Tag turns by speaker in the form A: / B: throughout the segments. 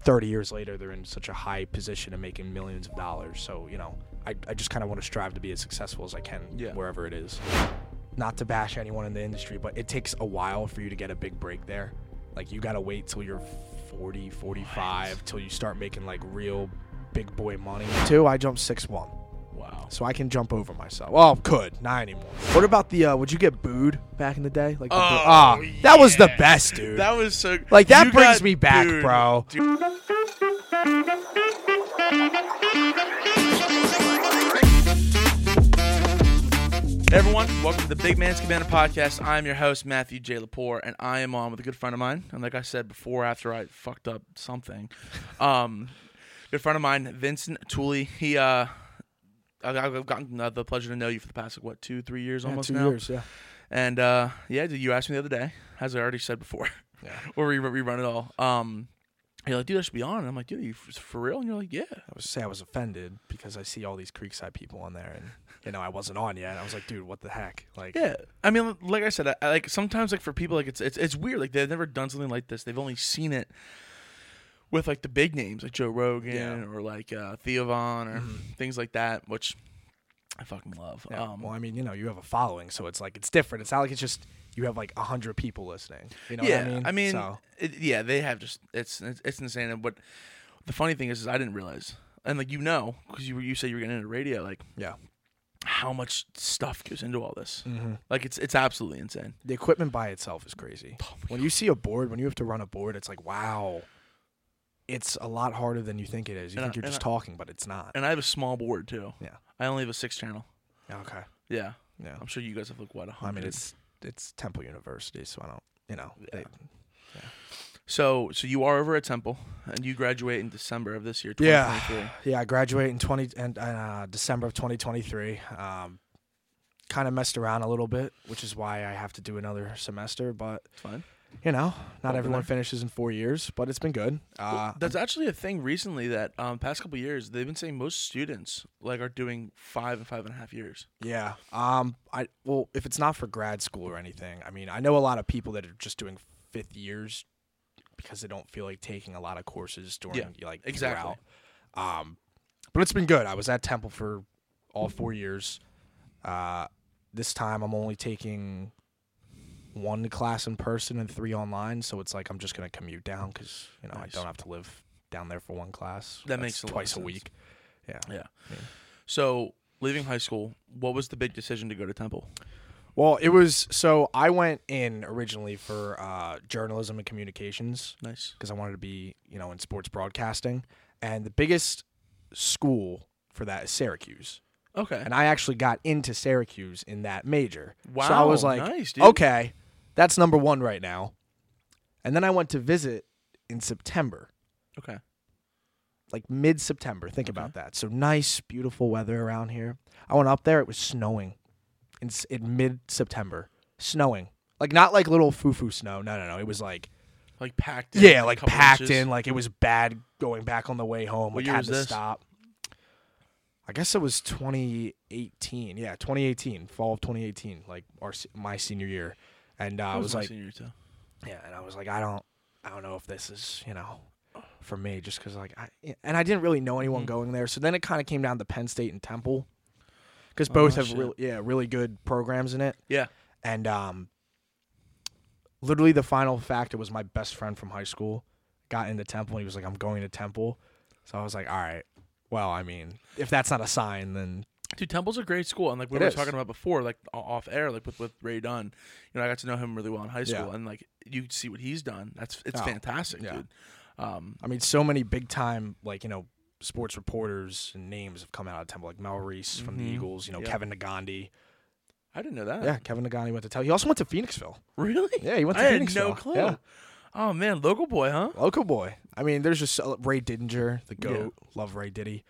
A: 30 years later, they're in such a high position and making millions of dollars. So, you know, I, I just kind of want to strive to be as successful as I can
B: Yeah.
A: wherever it is. Not to bash anyone in the industry, but it takes a while for you to get a big break there. Like, you got to wait till you're 40, 45, till you start making like real big boy money. Two, I jumped 6'1,
B: Wow.
A: so I can jump over myself. Well, could, not anymore. What about the, uh, would you get booed back in the day? Like, the boo-
B: Oh,
A: Ah, that was the
B: yeah.
A: best, dude.
B: That was so.
A: Like, that
B: you
A: brings
B: got-
A: me back,
B: dude,
A: bro.
B: dude, Hey, everyone, welcome to the Big Man's Cabana podcast. I'm your host, Matthew J. Lepore, and I am on with a good friend of mine. And like I said before, after I fucked up something, um, good friend of mine, Vincent Tooley. He, uh, I've- I've gotten uh, the pleasure to know you for the past like what two, three years
A: Yeah,
B: almost
A: two
B: now.
A: years, yeah.
B: And uh, yeah, dude, you asked me the other day, as I already said before,
A: Yeah.
B: or we rerun it all. Um, you're like, dude, I should be on. And I'm like, dude, are you f- for real? And you're like, yeah.
A: I was say I was offended because I see all these Creekside people on there, and you know I wasn't on yet. I was like, dude, what the heck? Like,
B: Yeah, I mean, like I said, I, I- like sometimes like for people like it's it's it's weird. Like they've never done something like this. They've only seen it with like the big names like Joe Rogan
A: Yeah.
B: or like uh, Theo Von or things like that, which I fucking love.
A: Yeah,
B: um,
A: well, I mean, you know, you have a following, so it's like it's different. It's not like it's just you have like hundred people listening. You know
B: yeah,
A: what I mean?
B: I mean,
A: so,
B: it, yeah, they have just it's it's, it's insane. And what the funny thing is, is I didn't realize, and like you know, because you were- you said you were getting into radio, like
A: yeah,
B: how much stuff goes into all this. Like it's it's absolutely insane.
A: mm-hmm. the equipment by itself is crazy.
B: Oh,
A: when you see a board, when you have to run a board, it's like wow, it's a lot harder than you think it is. You
B: And I-
A: think you're
B: and
A: just
B: I-
A: talking, but it's not.
B: And I have a small board too.
A: Yeah.
B: I only have a six channel.
A: okay,
B: Yeah,
A: yeah.
B: I'm sure you guys have like what a
A: I
B: hundred.
A: mean, it's it's Temple University, so I don't, you know, they,
B: so so you are over at Temple and you graduate in December of this year.
A: Yeah.
B: 2023.
A: Yeah, I graduated in twenty and uh, December of twenty twenty three. Um, kind of messed around a little bit, which is why I have to do another semester. But
B: It's fine.
A: you know, not
B: Welcome
A: everyone
B: there.
A: finishes in four years, but it's been good. Uh,
B: That's actually a thing recently that um past couple years they've been saying most students like are doing five and five and a half years.
A: yeah. Um, I well, if it's not for grad school or anything, I mean, I know a lot of people that are just doing fifth years because they don't feel like taking a lot of courses during like
B: exactly.
A: throughout. Um, but it's been good. I was at Temple for all four years. Uh, this time I'm only taking one class in person and three online, so it's like I'm just gonna commute down because you know
B: Nice.
A: I don't have to live down there for one class.
B: That
A: That's
B: makes a lot of
A: twice a
B: sense.
A: week. Yeah.
B: So leaving high school, what was the big decision to go to Temple?
A: Well, it was so I went in originally for uh, journalism and communications.
B: Nice.
A: because I wanted to be, you know, in sports broadcasting. And the biggest school for that is Syracuse.
B: Okay.
A: And I actually got into Syracuse in that major. So I was
B: Wow,
A: like,
B: nice, dude.
A: okay, that's number one right now. And then I went to visit in September,
B: okay.
A: like mid September. Think about that. So nice, beautiful weather around here. I went up there, it was snowing in, s- in mid September. Snowing. Like, not like little foo foo snow. No, no, no. It was like
B: Like packed in.
A: Yeah, like
B: couple
A: packed
B: inches.
A: in, like it was bad going back on the way home.
B: What
A: like
B: year
A: had
B: was
A: to
B: this?
A: stop. I guess it was 2018. Yeah, 2018, fall of 2018, like our se- my senior year, and uh, I
B: That
A: was
B: my
A: like,
B: senior year, too.
A: yeah, and I was like, I don't, I don't know if this is, you know, for me, just because like, I, and I didn't really know anyone
B: Mhm.
A: going there. So then it kind of came down to Penn State and Temple, because
B: Oh,
A: both have
B: shit.
A: really, yeah, really good programs in it.
B: Yeah.
A: And um, literally the final factor was my best friend from high school got into Temple and he was like, I'm going to Temple. So I was like, all right, well, I mean, if that's not a sign, then
B: Dude, Temple's a great school, and like we
A: It
B: were
A: is.
B: talking about before, like o- off air, like with, with Ray Dunn, you know, I got to know him really well in high
A: Yeah.
B: school, and like you see what he's done. That's it's
A: Oh,
B: fantastic,
A: yeah.
B: dude. Um,
A: I mean, so many big time, like, you know, sports reporters and names have come out of Temple, like Mel Reese from the
B: Mhm.
A: Eagles, you know,
B: Yeah.
A: Kevin Nagandi.
B: I didn't know that.
A: Mm-hmm. Yeah, Kevin Nagandi went to Temple. He also went to Phoenixville.
B: really?
A: Yeah, he went
B: I
A: to
B: had
A: Phoenixville.
B: no clue.
A: Yeah.
B: Oh man, local boy, huh?
A: Local boy. I mean, there's just uh, Ray Didinger, the
B: Yeah.
A: GOAT. Love Ray Diddy.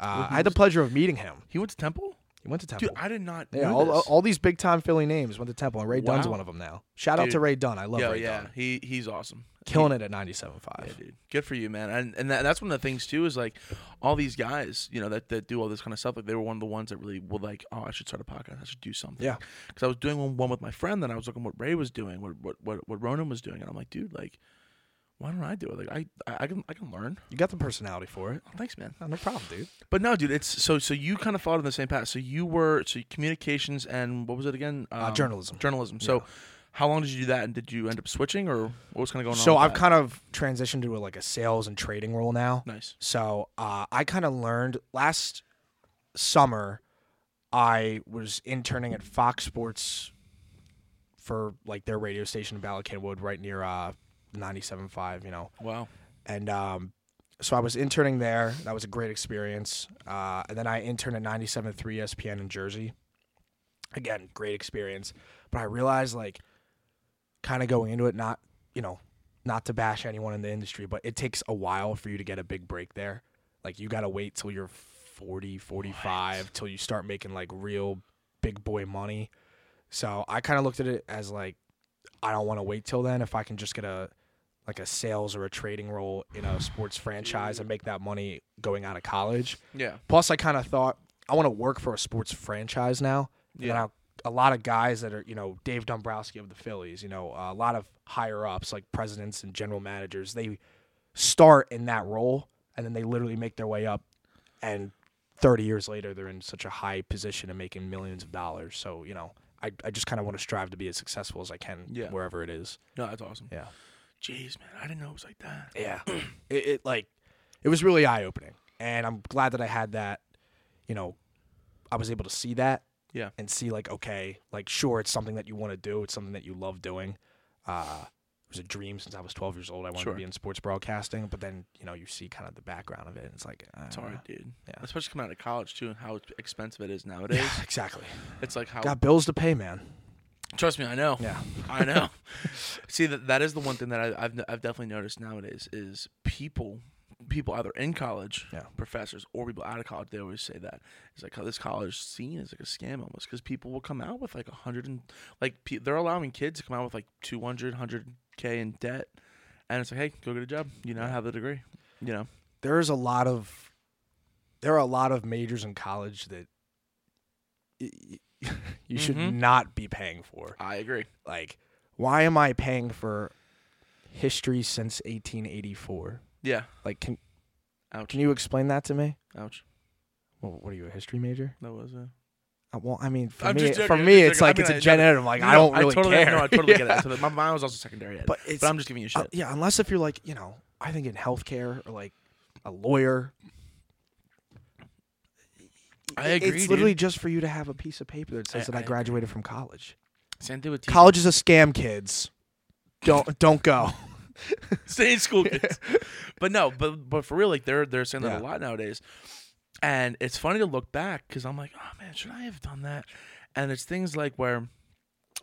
B: Well,
A: Uh,
B: he
A: I had the
B: was-
A: pleasure of meeting him.
B: He went to Temple,
A: He went to Temple.
B: dude. I did not.
A: Yeah,
B: know
A: all,
B: this.
A: all these big time Philly names went to Temple, and Ray Dunn's
B: Wow.
A: one of them now. Shout out to
B: Dude.
A: Ray Dunn. I love
B: Yo,
A: Ray
B: yeah,
A: Dunn.
B: he he's awesome.
A: Killing it at 97.5.
B: Yeah, dude. Good for you, man. And and that, that's one of the things too is like all these guys, you know, that, that do all this kind of stuff. Like they were one of the ones that really were like, oh, I should start a podcast. I should do something.
A: Yeah.
B: Because I was doing one, one with my friend, then I was looking what Ray was doing, what what what, what Ronan was doing, and I'm like, dude, like. why don't I do it? Like I, I I can I can learn.
A: You got the personality for it.
B: Oh, thanks, man.
A: Oh, no problem, dude.
B: But no, dude, it's so so you kind of followed on the same path. So you were so communications and what was it again?
A: uh,
B: Um,
A: journalism.
B: Journalism. So how long did you do that, and did you end up switching, or what was kind of going on?
A: So
B: with
A: I've
B: that?
A: kind of transitioned to a, like a sales and trading role now.
B: nice.
A: So uh, I kind of learned last summer. I was interning at Fox Sports for like their radio station in Ballacane Wood, right near uh, 97.5, you know.
B: Wow.
A: and um, so I was interning there. That was a great experience. Uh, and then I interned at E 97.3 ESPN in Jersey. Again, great experience. But I realized, like, kind of going into it, not you know, not to bash anyone in the industry, but it takes a while for you to get a big break there. Like, you got to wait till you're 40, 45, till you start making like real big boy money. So I kind of looked at it as like, I don't want to wait till then. If I can just get a like a sales or a trading role in a sports franchise and make that money going out of college.
B: Yeah.
A: Plus, I kind of thought I want to work for a sports franchise now. Yeah.
B: Yeah.
A: And I, a lot of guys that are, you know, Dave Dombrowski of the Phillies, you know, uh, a lot of higher ups like presidents and general managers, they start in that role and then they literally make their way up. And 30 years later, they're in such a high position and making millions of dollars. So, you know, I, I just kind of want to strive to be as successful as I can
B: Yeah.
A: wherever it is.
B: No, that's awesome.
A: Yeah.
B: Jeez, man, I didn't know it was like that.
A: Yeah. it, it like it was really eye opening. And I'm glad that I had that, you know, I was able to see that
B: Yeah.
A: and see like, okay, like sure it's something that you want to do, it's something that you love doing. Uh it was a dream since I was 12 years old. I wanted
B: Sure.
A: to be in sports broadcasting, but then, you know, you see kind of the background of it and it's like uh,
B: It's hard, dude.
A: Yeah.
B: Especially coming out of college too, and how expensive it is nowadays.
A: Exactly.
B: It's like how.
A: Got bills to pay, man.
B: Trust me, I know.
A: Yeah.
B: I know. See that that is the one thing that I, I've I've definitely noticed nowadays is people people either in college,
A: Yeah.
B: professors, or people out of college. They always say that it's like how this college scene is like a scam almost because people will come out with like a hundred and like pe- they're allowing kids to come out with like 200, 100 k in debt, and it's like hey, go get a job. You know, have the degree. You know,
A: there's a lot of there are a lot of majors in college that y- y- you should
B: Mhm.
A: not be paying for.
B: I agree.
A: Like, why am I paying for history since 1884?
B: Yeah.
A: Like, can
B: Ouch.
A: can you explain that to me?
B: Ouch.
A: Well, what are you, a history major?
B: That was a.
A: Uh, well, I mean, for
B: I'm
A: me,
B: just joking,
A: for
B: I'm
A: me,
B: just
A: it's
B: joking.
A: like
B: I
A: it's
B: mean,
A: a
B: I-
A: gen ed. I'm like, I
B: No,
A: don't really
B: totally,
A: care.
B: No, I totally get
A: Yeah.
B: it. So my mine was also secondary ed,
A: But
B: but,
A: it's
B: I'm just giving you shit.
A: uh, yeah, unless if you're like, you know, I think in healthcare or like a lawyer.
B: I
A: it-
B: agree,
A: It's literally
B: dude.
A: just for you to have a piece of paper that says
B: I-
A: that I
B: I agree.
A: graduated from college.
B: Same thing with teaching.
A: College is a scam, kids. Don't don't go.
B: Stay in school, kids. but no, but but for real, like they're they're saying that a
A: Yeah.
B: lot nowadays, and it's funny to look back because I'm like, oh man, should I have done that? And it's things like where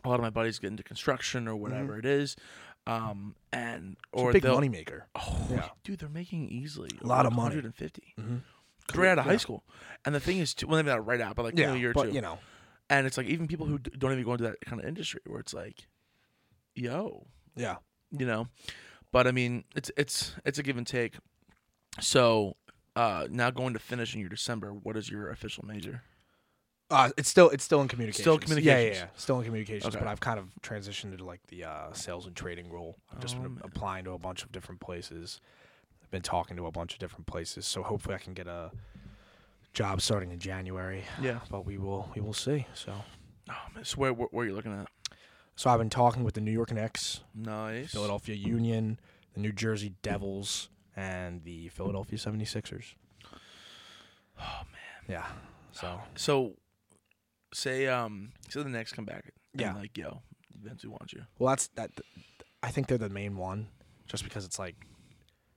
B: a lot of my buddies get into construction or whatever it is, um, and or
A: Or Mm-hmm. big
B: they'll-
A: moneymaker.
B: Oh,
A: Yeah.
B: dude, they're making easily
A: A lot of money.
B: 150
A: Mhm.
B: right out of high
A: Yeah.
B: school. And the thing is, too, well, maybe not right out, but like you know,
A: Yeah,
B: a year or
A: but
B: two.
A: you know,
B: and it's like even people who d- don't even go into that kind of industry where it's like, yo,
A: yeah.
B: you know but i mean it's it's it's a give and take so uh now going to finish in your december what is your official major
A: Uh, it's still it's still in communications. Yeah, yeah,
B: communications.
A: yeah. Still in communications,
B: Okay.
A: but I've kind of transitioned into like the uh, sales and trading role. I've just
B: Oh,
A: been
B: man.
A: applying to a bunch of different places. I've been talking to a bunch of different places, so hopefully I can get a job starting in January.
B: yeah
A: But we will we will see. So
B: oh man so where, where, where are you looking at
A: so I've been talking with the New York Knicks,
B: nice
A: Philadelphia Union, the New Jersey Devils, and the Philadelphia 76ers.
B: oh man
A: Yeah. So
B: so say um so the next come back and
A: Yeah.
B: like yo Vince, we want you
A: Well, that's that. I think they're the main one, just because it's like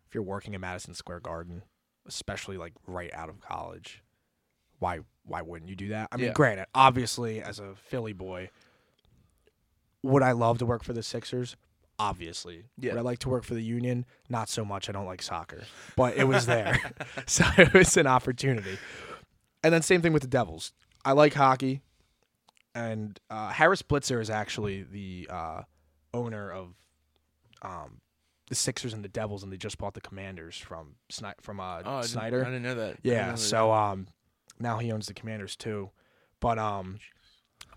A: if you're working in Madison Square Garden, especially like right out of college, why why wouldn't you do that? I mean,
B: Yeah.
A: granted, obviously, as a Philly boy, would I love to work for the Sixers? Obviously,
B: Yeah.
A: Would I like to work for the Union? Not so much. I don't like soccer, but it was there, so it was an opportunity. And then same thing with the Devils. I like hockey, and uh, Harris Blitzer is actually the uh, owner of um, the Sixers and the Devils, and they just bought the Commanders from Sni- from uh,
B: oh I didn't-
A: Snyder.
B: i didn't know that I didn't know
A: yeah,
B: that.
A: so um, now he owns the Commanders too. But um,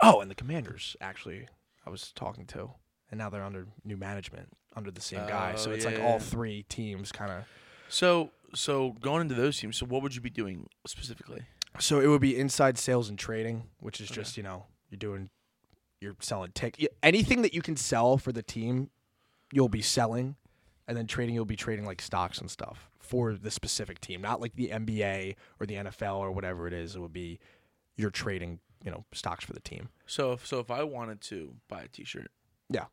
A: oh, and the Commanders actually, I was talking to and now they're under new management under the same guy. So
B: Oh,
A: it's like
B: yeah.
A: all three teams kind of.
B: So so going into those teams, so what would you be doing specifically?
A: So it would be inside sales and trading, which is
B: Okay.
A: just you know you're doing, you're selling tick y- anything that you can sell for the team, you'll be selling, and then trading you'll be trading like stocks and stuff for the specific team, not like the NBA or the NFL or whatever it is. It would be you're trading you know stocks for the team.
B: So if so if I wanted to buy a T-shirt,
A: Yeah.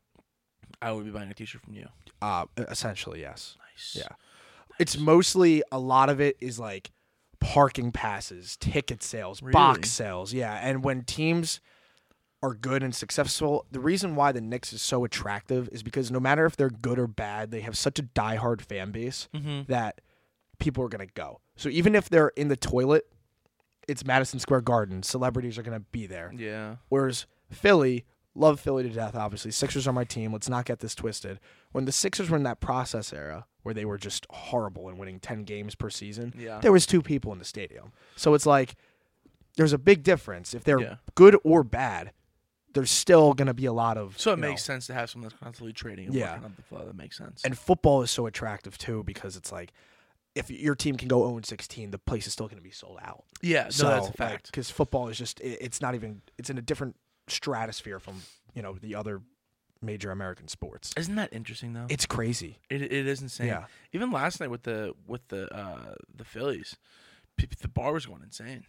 B: I would be buying a T-shirt from you.
A: Uh, essentially, yes.
B: Nice.
A: Yeah. It's mostly a lot of it is like parking passes, ticket sales,
B: Really?
A: box sales. Yeah. And when teams are good and successful, the reason why the Knicks is so attractive is because no matter if they're good or bad, they have such a diehard fan base
B: Mm-hmm.
A: that people are going to go. So even if they're in the toilet, it's Madison Square Garden. Celebrities are going to be there.
B: Yeah.
A: Whereas Philly, love Philly to death, obviously. Sixers are my team. Let's not get this twisted. When the Sixers were in that process era where they were just horrible and winning 10 games per season,
B: Yeah.
A: there was two people in the stadium. So it's like there's a big difference. If they're
B: Yeah.
A: good or bad, there's still going to be a lot of.
B: So it
A: you
B: makes
A: know-
B: sense to have someone that's constantly trading and
A: Yeah.
B: working up the flow. That makes sense.
A: And football is so attractive too because it's like if your team can go 0 16, the place is still going to be sold out.
B: yeah, no,
A: so
B: that's a fact.
A: Because football is just it, it's not even it's in a different stratosphere from you know the other major American sports.
B: Isn't that interesting though?
A: It's crazy.
B: It, it is insane.
A: Yeah.
B: Even last night with the with the uh, the Phillies, pe- the bar was going insane.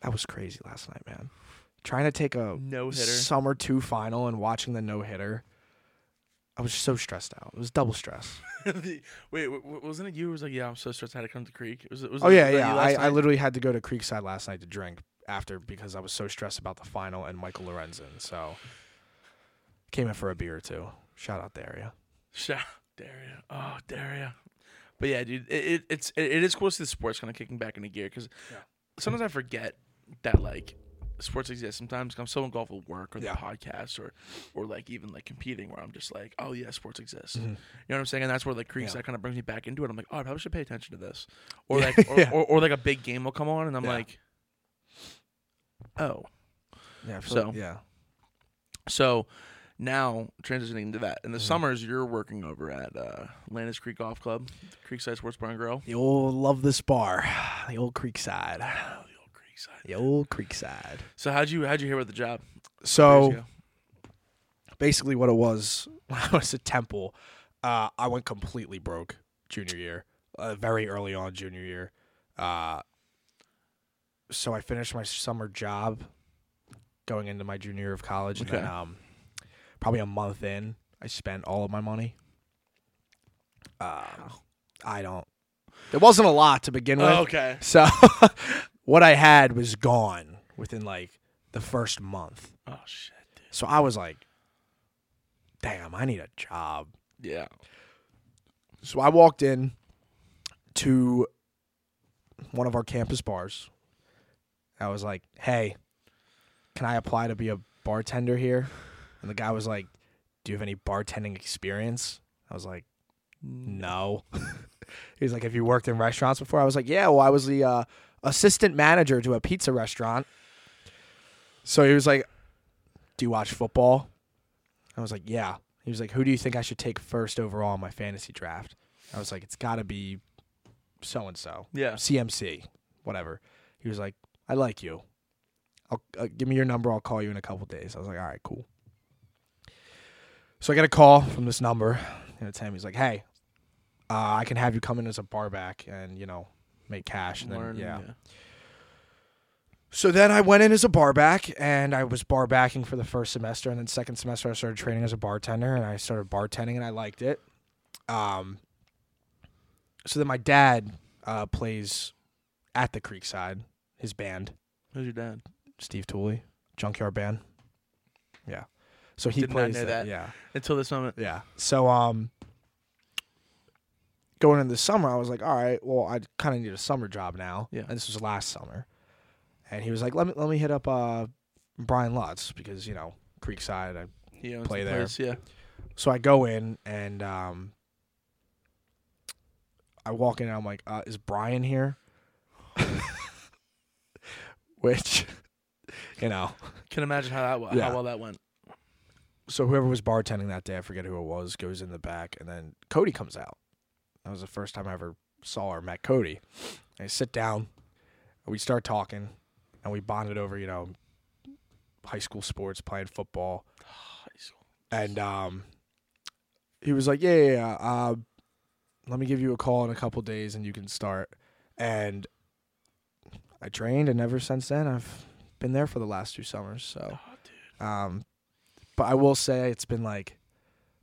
A: That was crazy last night, man. Trying to take a
B: No hitter.
A: summer two final and watching the no hitter. I was so stressed out. It was double stress.
B: The- Wait, w- w- wasn't it you? who was like, yeah, I'm so stressed. I had to come to Creek. Was it? Was
A: oh
B: it-
A: yeah,
B: was that
A: yeah.
B: you
A: I,
B: last
A: I
B: night?
A: literally had to go to Creekside last night to drink after because I was so stressed about the final and Michael Lorenzen. So came in for a beer or two. Shout out the area.
B: Shout Daria. Oh, Daria. But yeah, dude, it, it it's it, it is cool to see the sports kind of kicking back into gear because
A: Yeah.
B: sometimes I forget that like sports exist. Sometimes I'm so involved with work or the
A: Yeah.
B: podcast or or like even like competing where I'm just like, oh yeah, sports exists. You
A: Mhm.
B: know what I'm saying? And that's where like creeks
A: Yeah.
B: that kind of brings me back into it. I'm like, oh, I probably should pay attention to this. Or
A: Yeah.
B: like or,
A: Yeah.
B: or, or like a big game will come on and I'm
A: Yeah.
B: like, oh.
A: Yeah.
B: So-
A: yeah.
B: So now transitioning into that. In the summers, you're working over at uh, Landis Creek Golf Club, Creekside Sports Bar and Grill.
A: The old love this bar, the old Creekside,
B: Oh, the old Creekside.
A: the old Creekside.
B: So how'd you how'd you hear about the job?
A: So
B: Years ago?
A: basically, what it was when I was at Temple, uh, I went completely broke junior year, uh, very early on junior year. Uh, so I finished my summer job, going into my junior year of college, and
B: Okay.
A: then um, probably a month in, I spent all of my money. Um, I don't. There wasn't a lot to begin with.
B: Oh, okay.
A: So what I had was gone within like the first month.
B: Oh shit,
A: So I was like, damn, I need a job.
B: dude. Yeah.
A: So I walked in to one of our campus bars. I was like, hey, can I apply to be a bartender here? And the guy was like, do you have any bartending experience? I was like, no. He's like, have you worked in restaurants before? I was like, yeah. Well, I was the uh, assistant manager to a pizza restaurant. So he was like, do you watch football? I was like, yeah. He was like, who do you think I should take first overall in my fantasy draft? I was like, it's got to be so and so,
B: Yeah.
A: CMC, whatever. He was like, I like you. I'll uh, give me your number. I'll call you in a couple days. I was like, all right, cool. So I get a call from this number, and it's him. He's like, hey, uh, I can have you come in as a bar back and you know make cash. And then,
B: Learn,
A: yeah.
B: yeah.
A: So then I went in as a bar back, and I was bar backing for the first semester, and then second semester I started training as a bartender, and I started bartending, and I liked it. Um, so then my dad uh, plays at the Creekside, his band,
B: Who's your dad?
A: Steve Tooley, Junkyard Band. Yeah, so he
B: Did not
A: plays
B: know
A: there,
B: that.
A: Yeah,
B: Until this moment.
A: yeah. So um going into the summer, I was like, all right, well, I kind of need a summer job now.
B: Yeah.
A: And this was last summer. And he was like, let me let me hit up uh Brian Lutz because, you know, Creekside. I,
B: He owns
A: Play
B: the
A: there.
B: place, Yeah.
A: so I go in and um I walk in and I'm like, uh, is Brian here? Which, you know,
B: Can imagine how that wa-
A: Yeah.
B: how well that went.
A: so whoever was bartending that day, I forget who it was, goes in the back, and then Cody comes out. That was the first time I ever saw or met Cody. I sit down, and we start talking, and we bonded over, you know, high school sports, playing football, and um, he was like, "Yeah, yeah, yeah, uh, let me give you a call in a couple days, and you can start." And I trained, and ever since then, I've been there for the last two summers. So, um, but I will say it's been like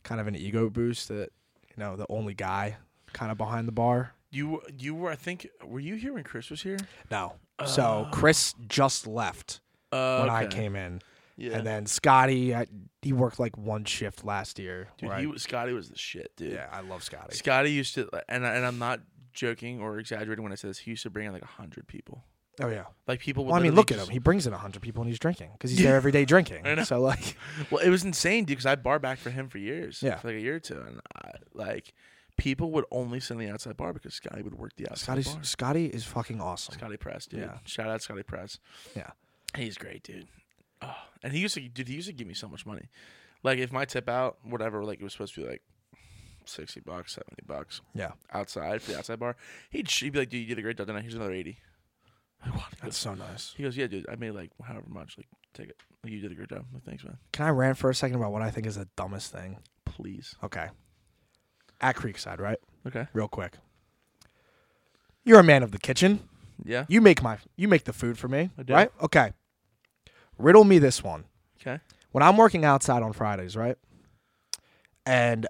A: kind of an ego boost that you know the only guy kind of behind the bar.
B: You you were I think were you here when Chris was here?
A: No, so Chris just left
B: Uh,
A: when I
B: Ah. okay.
A: came in,
B: Yeah.
A: and then Scotty, I, he worked like one shift last year.
B: dude,
A: where I-
B: he was, Scotty was the shit, dude.
A: yeah, I love Scotty.
B: Scotty used to, and I- and I'm not joking or exaggerating when I say this. He used to bring in like hundred people.
A: Oh yeah.
B: Like people. Would
A: Well, I mean,
B: literally
A: look at him.
B: just-
A: He brings in 100 people and he's drinking because he's there every day drinking.
B: I know.
A: So, like,
B: Well, it was insane, dude. Because I bar back for him for years.
A: Yeah.
B: for like a year or two, and I, like people would only sit in the outside bar because Scotty would work the outside
A: Scotty's,
B: bar.
A: Scotty is fucking awesome.
B: Scotty Press, dude.
A: Yeah.
B: Shout out Scotty Press.
A: Yeah.
B: He's great, dude. Oh, and he used to, dude. He used to give me so much money. Like if my tip out, whatever, like it was supposed to be like sixty bucks, seventy bucks
A: Yeah.
B: outside for the outside bar. He'd, sh- he'd be like, "Dude, you did a great job tonight. Here's another 80. I want it.
A: That's so nice.
B: He goes, "Yeah, dude. I made like however much. Like, take it. Like, you did a great job. Like, thanks, man.
A: Can I rant for a second about what I think is the dumbest thing?
B: Please.
A: Okay. At Creekside, right?
B: Okay.
A: Real quick. You're a man of the kitchen.
B: Yeah.
A: You make my you make the food for me,
B: I do.
A: right? Okay. Riddle me this one.
B: Okay.
A: when I'm working outside on Fridays, right? And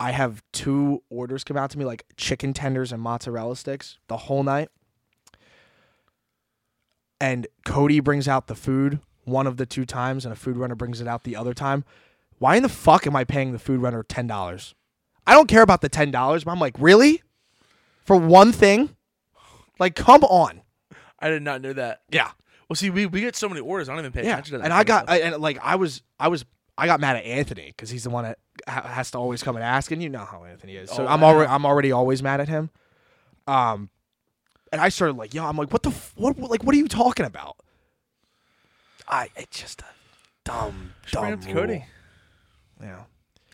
A: I have two orders come out to me, like chicken tenders and mozzarella sticks the whole night. And Cody brings out the food one of the two times, and a food runner brings it out the other time. Why in the fuck am I paying the food runner $10? I don't care about the $10, but I'm like, really? For one thing? Like, come on.
B: I did not know that.
A: Yeah.
B: Well, see, we, we get so many orders. I don't even pay
A: Yeah,
B: attention to that.
A: and
B: kind
A: I
B: of
A: got
B: stuff.
A: I, and like I was I was I got mad at Anthony because he's the one that ha- has to always come and ask, and you know how Anthony is. So
B: Oh,
A: I'm
B: I know.
A: already I'm already always mad at him. Um, and I started like, yo, I'm like, what the f- what what- like what are you talking about? I it's just a dumb
B: Bring
A: dumb
B: up to Cody.
A: rule. Yeah,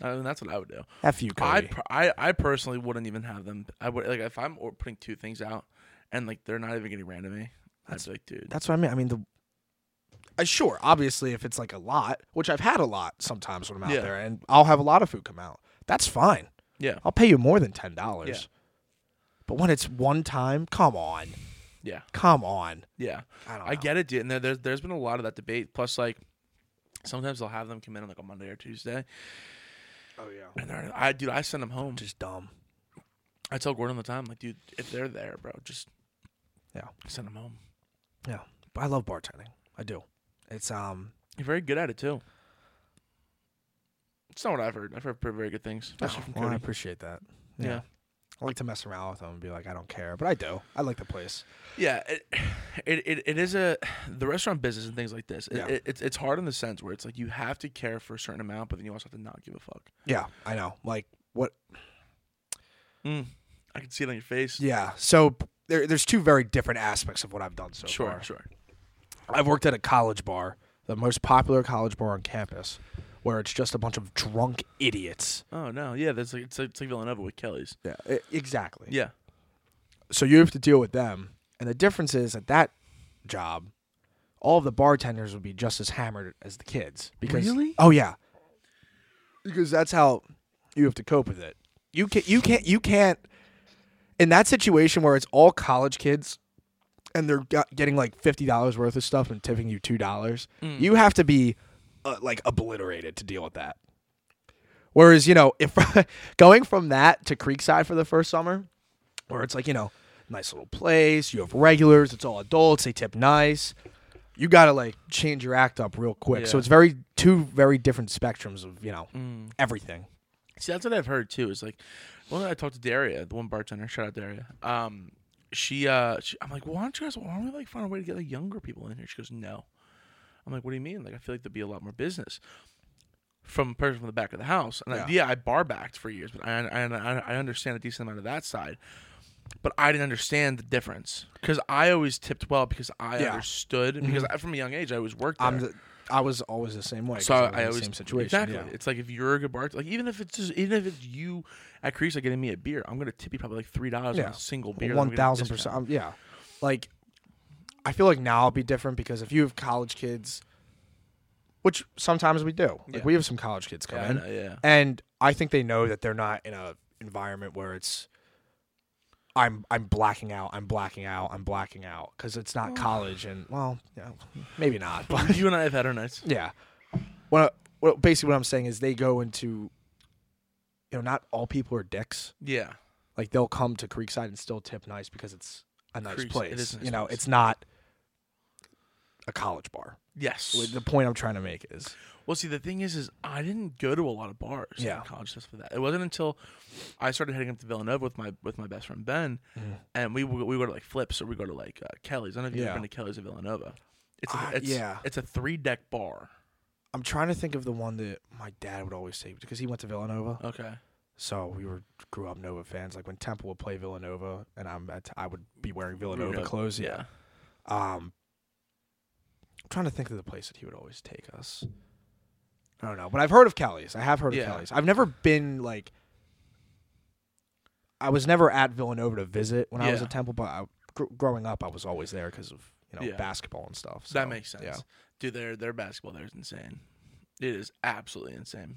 B: I mean, that's what I would do.
A: f you, Cody.
B: I, per- I I personally wouldn't even have them. I would like if I'm or- putting two things out and like they're not even getting ran to me. I'd be like, dude,
A: That's what I mean. I mean the. Uh, sure, obviously, if it's like a lot, which I've had a lot sometimes when I'm out
B: Yeah.
A: there, and I'll have a lot of food come out. That's fine.
B: yeah,
A: I'll pay you more than ten dollars.
B: Yeah.
A: But when it's one time, come on,
B: yeah,
A: come on.
B: yeah.
A: I don't.
B: I
A: know.
B: get it, dude. And there, there's there's been a lot of that debate. Plus, like sometimes they'll have them come in on like a Monday or Tuesday,
A: Oh yeah.
B: and they're I dude, I send them home.
A: Just dumb.
B: I tell Gordon all the time, like, dude, if they're there, bro, just
A: Yeah.
B: send them home.
A: Yeah. But I love bartending. I do. It's um.
B: You're very good at it too. It's not what I've heard. I've heard pretty very good things, especially from
A: oh, well, I
B: Cody.
A: appreciate that.
B: Yeah.
A: I like to mess around with them and be like, I don't care, but I do. I like the place.
B: Yeah, it, it, it, it is a the restaurant business and things like this. It,
A: Yeah.
B: it- it's it's hard in the sense where it's like you have to care for a certain amount, but then you also have to not give a fuck.
A: Yeah, I know. Like what?
B: Mm. I can see it on your face.
A: Yeah. So there, there's two very different aspects of what I've done so
B: sure,
A: far.
B: sure.
A: I've worked at a college bar, the most popular college bar on campus, where it's just a bunch of drunk idiots.
B: Oh no, yeah, that's like it's like, it's like Villanova with Kelly's.
A: Yeah. e, exactly.
B: Yeah,
A: so you have to deal with them. And the difference is at that job, all of the bartenders would be just as hammered as the kids. Because
B: Really?
A: oh yeah, because that's how you have to cope with it. You can not you can't you can't in that situation where it's all college kids and they're got- getting like fifty dollars worth of stuff and tipping you two dollars. You have to be uh, like obliterated to deal with that. Whereas you know if going from that to Creekside for the first summer, where it's like you know nice little place you have regulars it's all adults they tip nice you gotta like change your act up real quick so
B: Yeah.
A: it's very two very different spectrums of you know everything
B: see, that's what I've heard too. Is like one that I talked to Daria, the one bartender. Shout out Daria. Um, she uh, she, I'm like, why don't you guys? Why don't we like find a way to get like younger people in here? She goes, no. I'm like, what do you mean? Like, I feel like there'd be a lot more business from a person from the back of the house. And yeah, I, yeah, I bar backed for years, but I, I I I understand a decent amount of that side. But I didn't understand the difference because I always tipped well because
A: Yeah.
B: I
A: Mm-hmm.
B: understood because I, from a young age I always worked there.
A: i'm the, I was always the same way. 'cause
B: So
A: I, was in
B: I
A: the
B: always
A: same situation.
B: Exactly.
A: yeah.
B: It's like if you're a good bartender, like even if it's just even if it's you at Crease like getting me a beer, I'm gonna tip you probably like three dollars
A: Yeah.
B: on a single beer. that I'm
A: One
B: getting at
A: thousand percent.
B: discount.
A: Um, yeah, like I feel like now I'll be different because if you have college kids, which sometimes we do, like
B: Yeah.
A: we have some college kids come
B: Yeah, I
A: in,
B: know, yeah.
A: and I think they know that they're not in a environment where it's. I'm I'm blacking out. I'm blacking out. I'm blacking out because it's not college, and well, yeah, maybe not. But
B: You and I have had our nights.
A: yeah. What, I, what basically what I'm saying is they go into, you know, not all people are dicks.
B: Yeah.
A: Like they'll come to Creekside and still tip nice because it's a nice
B: Creeks- it
A: place.
B: is a nice
A: you know,
B: place.
A: it's not a college bar.
B: Yes.
A: The point I'm trying to make is
B: Well, see, the thing is, is I didn't go to a lot of bars
A: Yeah.
B: in college just for that. It wasn't until I started heading up to Villanova with my with my best friend Ben,
A: Mm.
B: and we would- we go to like Flips or we go to like uh, Kelly's. I don't know if you've
A: Yeah.
B: ever been to Kelly's at Villanova. It's a,
A: Ah,
B: it's,
A: yeah.
B: It's a three deck bar.
A: I'm trying to think of the one that my dad would always say because he went to Villanova.
B: Okay.
A: So we were grew up Nova fans. Like when Temple would play Villanova and I'm at, I would be wearing Villanova
B: Villanova,
A: clothes. Yeah. Um, I'm trying to think of the place that he would always take us. I don't know, but I've heard of Kelly's. I have heard
B: Yeah.
A: of Kelly's. I've never been like. I was never at Villanova to visit when I was
B: Yeah.
A: at Temple, but I, gr- growing up, I was always there because of you know
B: Yeah.
A: basketball and stuff. So,
B: that makes sense.
A: Yeah,
B: Dude, their their basketball there is insane. It is absolutely insane.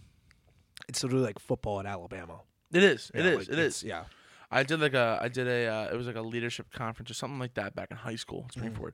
A: it's literally like football at Alabama.
B: It is.
A: You
B: It
A: know,
B: is.
A: like,
B: it
A: it's-
B: is.
A: Yeah,
B: I did like a I did a uh, it was like a leadership conference or something like that back in high school in
A: Mm.
B: Springford,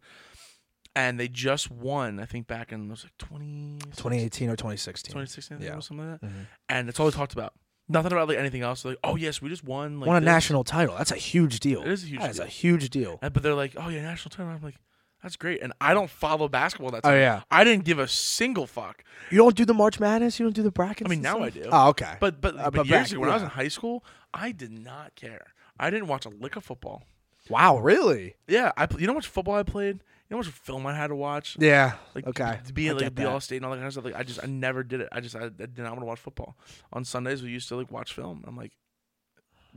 B: and they just won I think back in it was like 20,
A: 2018 or 2016.
B: 2016 I think,
A: Yeah.
B: or something like that,
A: Mhm.
B: and it's all they talked about. Nothing about like anything else. Like oh yes, we just won. Like
A: Won a
B: this."
A: national title. That's a huge deal.
B: It is a huge
A: That is
B: deal.
A: a huge deal.
B: And- but they're like oh yeah national tournament. I'm like that's great, and I don't follow basketball. That's
A: Oh yeah.
B: I didn't give a single fuck.
A: You don't do the March Madness. You don't do the brackets.
B: I mean
A: and
B: now I
A: stuff?
B: do.
A: Oh okay.
B: But but,
A: Uh,
B: but,
A: but
B: years
A: back-
B: ago, when I was
A: yeah.
B: in high school, I did not care. I didn't watch a lick of football.
A: wow, really?
B: Yeah, I pl- you know how much football I played. You know how much film I had to watch.
A: Yeah.
B: Like
A: okay.
B: to be
A: I
B: at, like
A: get
B: the
A: that.
B: All State and all that kind of stuff. Like I just I never did it. I just I, I did not want to watch football. On Sundays we used to like watch film. I'm like,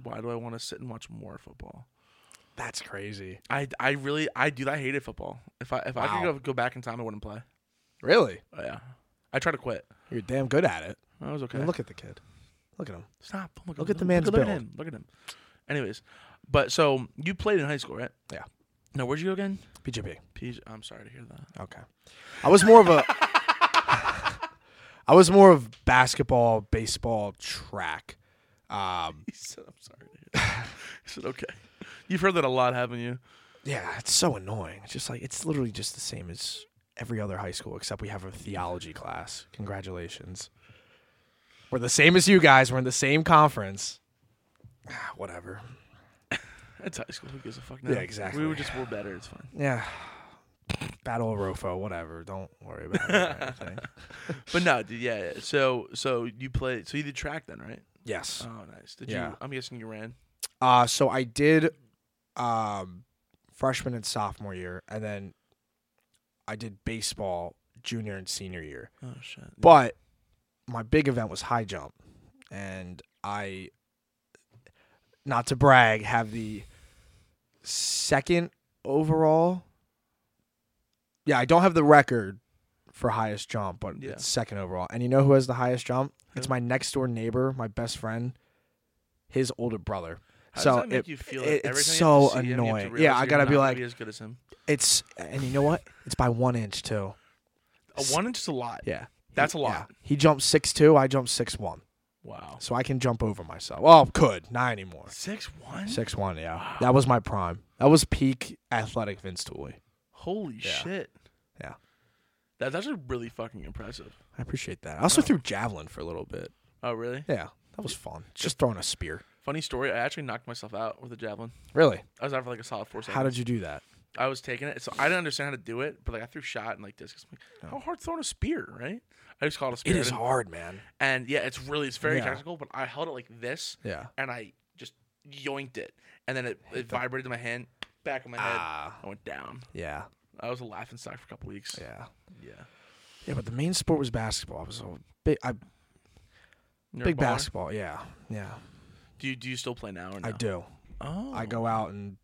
B: why do I want to sit and watch more football?
A: That's crazy.
B: I I really I do I hated football. If I if I could
A: Wow.
B: go, go back in time I wouldn't play.
A: Really?
B: Oh, yeah, I tried to quit.
A: You're damn good at it.
B: I was okay.
A: And look at the kid. Look at him.
B: Stop. Oh my God,
A: Look at the man's
B: look, at
A: build.
B: him. Look at him. Anyways, but so you played in high school, right?
A: Yeah.
B: Now where'd you go again?
A: PGP.
B: PG. I'm sorry to hear that.
A: Okay. I was more of a I was more of basketball, baseball, track. Um,
B: He said, "I'm sorry to hear that." he said, "Okay." You've heard that a lot, haven't you?
A: yeah, it's so annoying. It's just like it's literally just the same as every other high school except we have a theology class. Congratulations. We're the same as you guys. We're in the same conference. Ah, Whatever.
B: That's high school. Who gives a fuck now?
A: Yeah, exactly.
B: We were just we're better. It's fine.
A: Yeah. Battle of Rofo, whatever. Don't worry about it. or anything.
B: But no, dude. Yeah. yeah. So so you played. So you did track then, right?
A: yes.
B: Oh, nice. Did
A: Yeah.
B: you? I'm guessing you ran.
A: Uh so I did um freshman and sophomore year and then I did baseball junior and senior year.
B: Oh shit.
A: But my big event was high jump and I not to brag have the second overall Yeah, I don't have the record for highest jump, but
B: Yeah.
A: it's second overall. And you know who has the highest jump? It's
B: Who?
A: my next door neighbor, my best friend, his older brother.
B: How
A: so
B: does that make
A: it-
B: you feel?
A: it-
B: every
A: it's
B: time you
A: so
B: have to see him, you have to
A: annoying.
B: realize
A: Yeah, I
B: you're
A: gotta be
B: not gonna
A: like-
B: be as good as him.
A: It's and you know what? It's by one inch too.
B: A one inch is a lot.
A: Yeah,
B: That's a
A: He-
B: lot.
A: yeah. He jumped six two. I jumped six one.
B: Wow.
A: So I can jump over myself. Well, could not anymore.
B: Six one.
A: Six one. Yeah, that was my prime. That was peak athletic Vince Tooley.
B: Holy
A: Yeah.
B: shit.
A: Yeah.
B: That's actually really fucking impressive.
A: I appreciate that. I also threw javelin for a little bit.
B: Oh really?
A: Yeah, that was fun. Just throwing a spear.
B: Funny story. I actually knocked myself out with a javelin.
A: Really?
B: I was out for like a solid four seconds.
A: How did you do that?
B: I was taking it, so I didn't understand how to do it, but like I threw shot and like discus. I'm like, how hard throwing a spear, right? I just called a spear.
A: Oh. It
B: I
A: is
B: didn't-
A: hard, man.
B: And yeah, it's really it's very
A: Yeah.
B: technical, but I held it like this
A: Yeah.
B: and I just yoinked it. And then it, it vibrated in my hand, back of my head.
A: Ah.
B: I went down.
A: Yeah.
B: I was a laughing stock for a couple weeks.
A: Yeah.
B: Yeah.
A: Yeah, but the main sport was basketball. I was a big, I,
B: You're a
A: big
B: baller?
A: basketball. Yeah, yeah,
B: Do you do you still play now or no?
A: I do.
B: Oh.
A: I go out and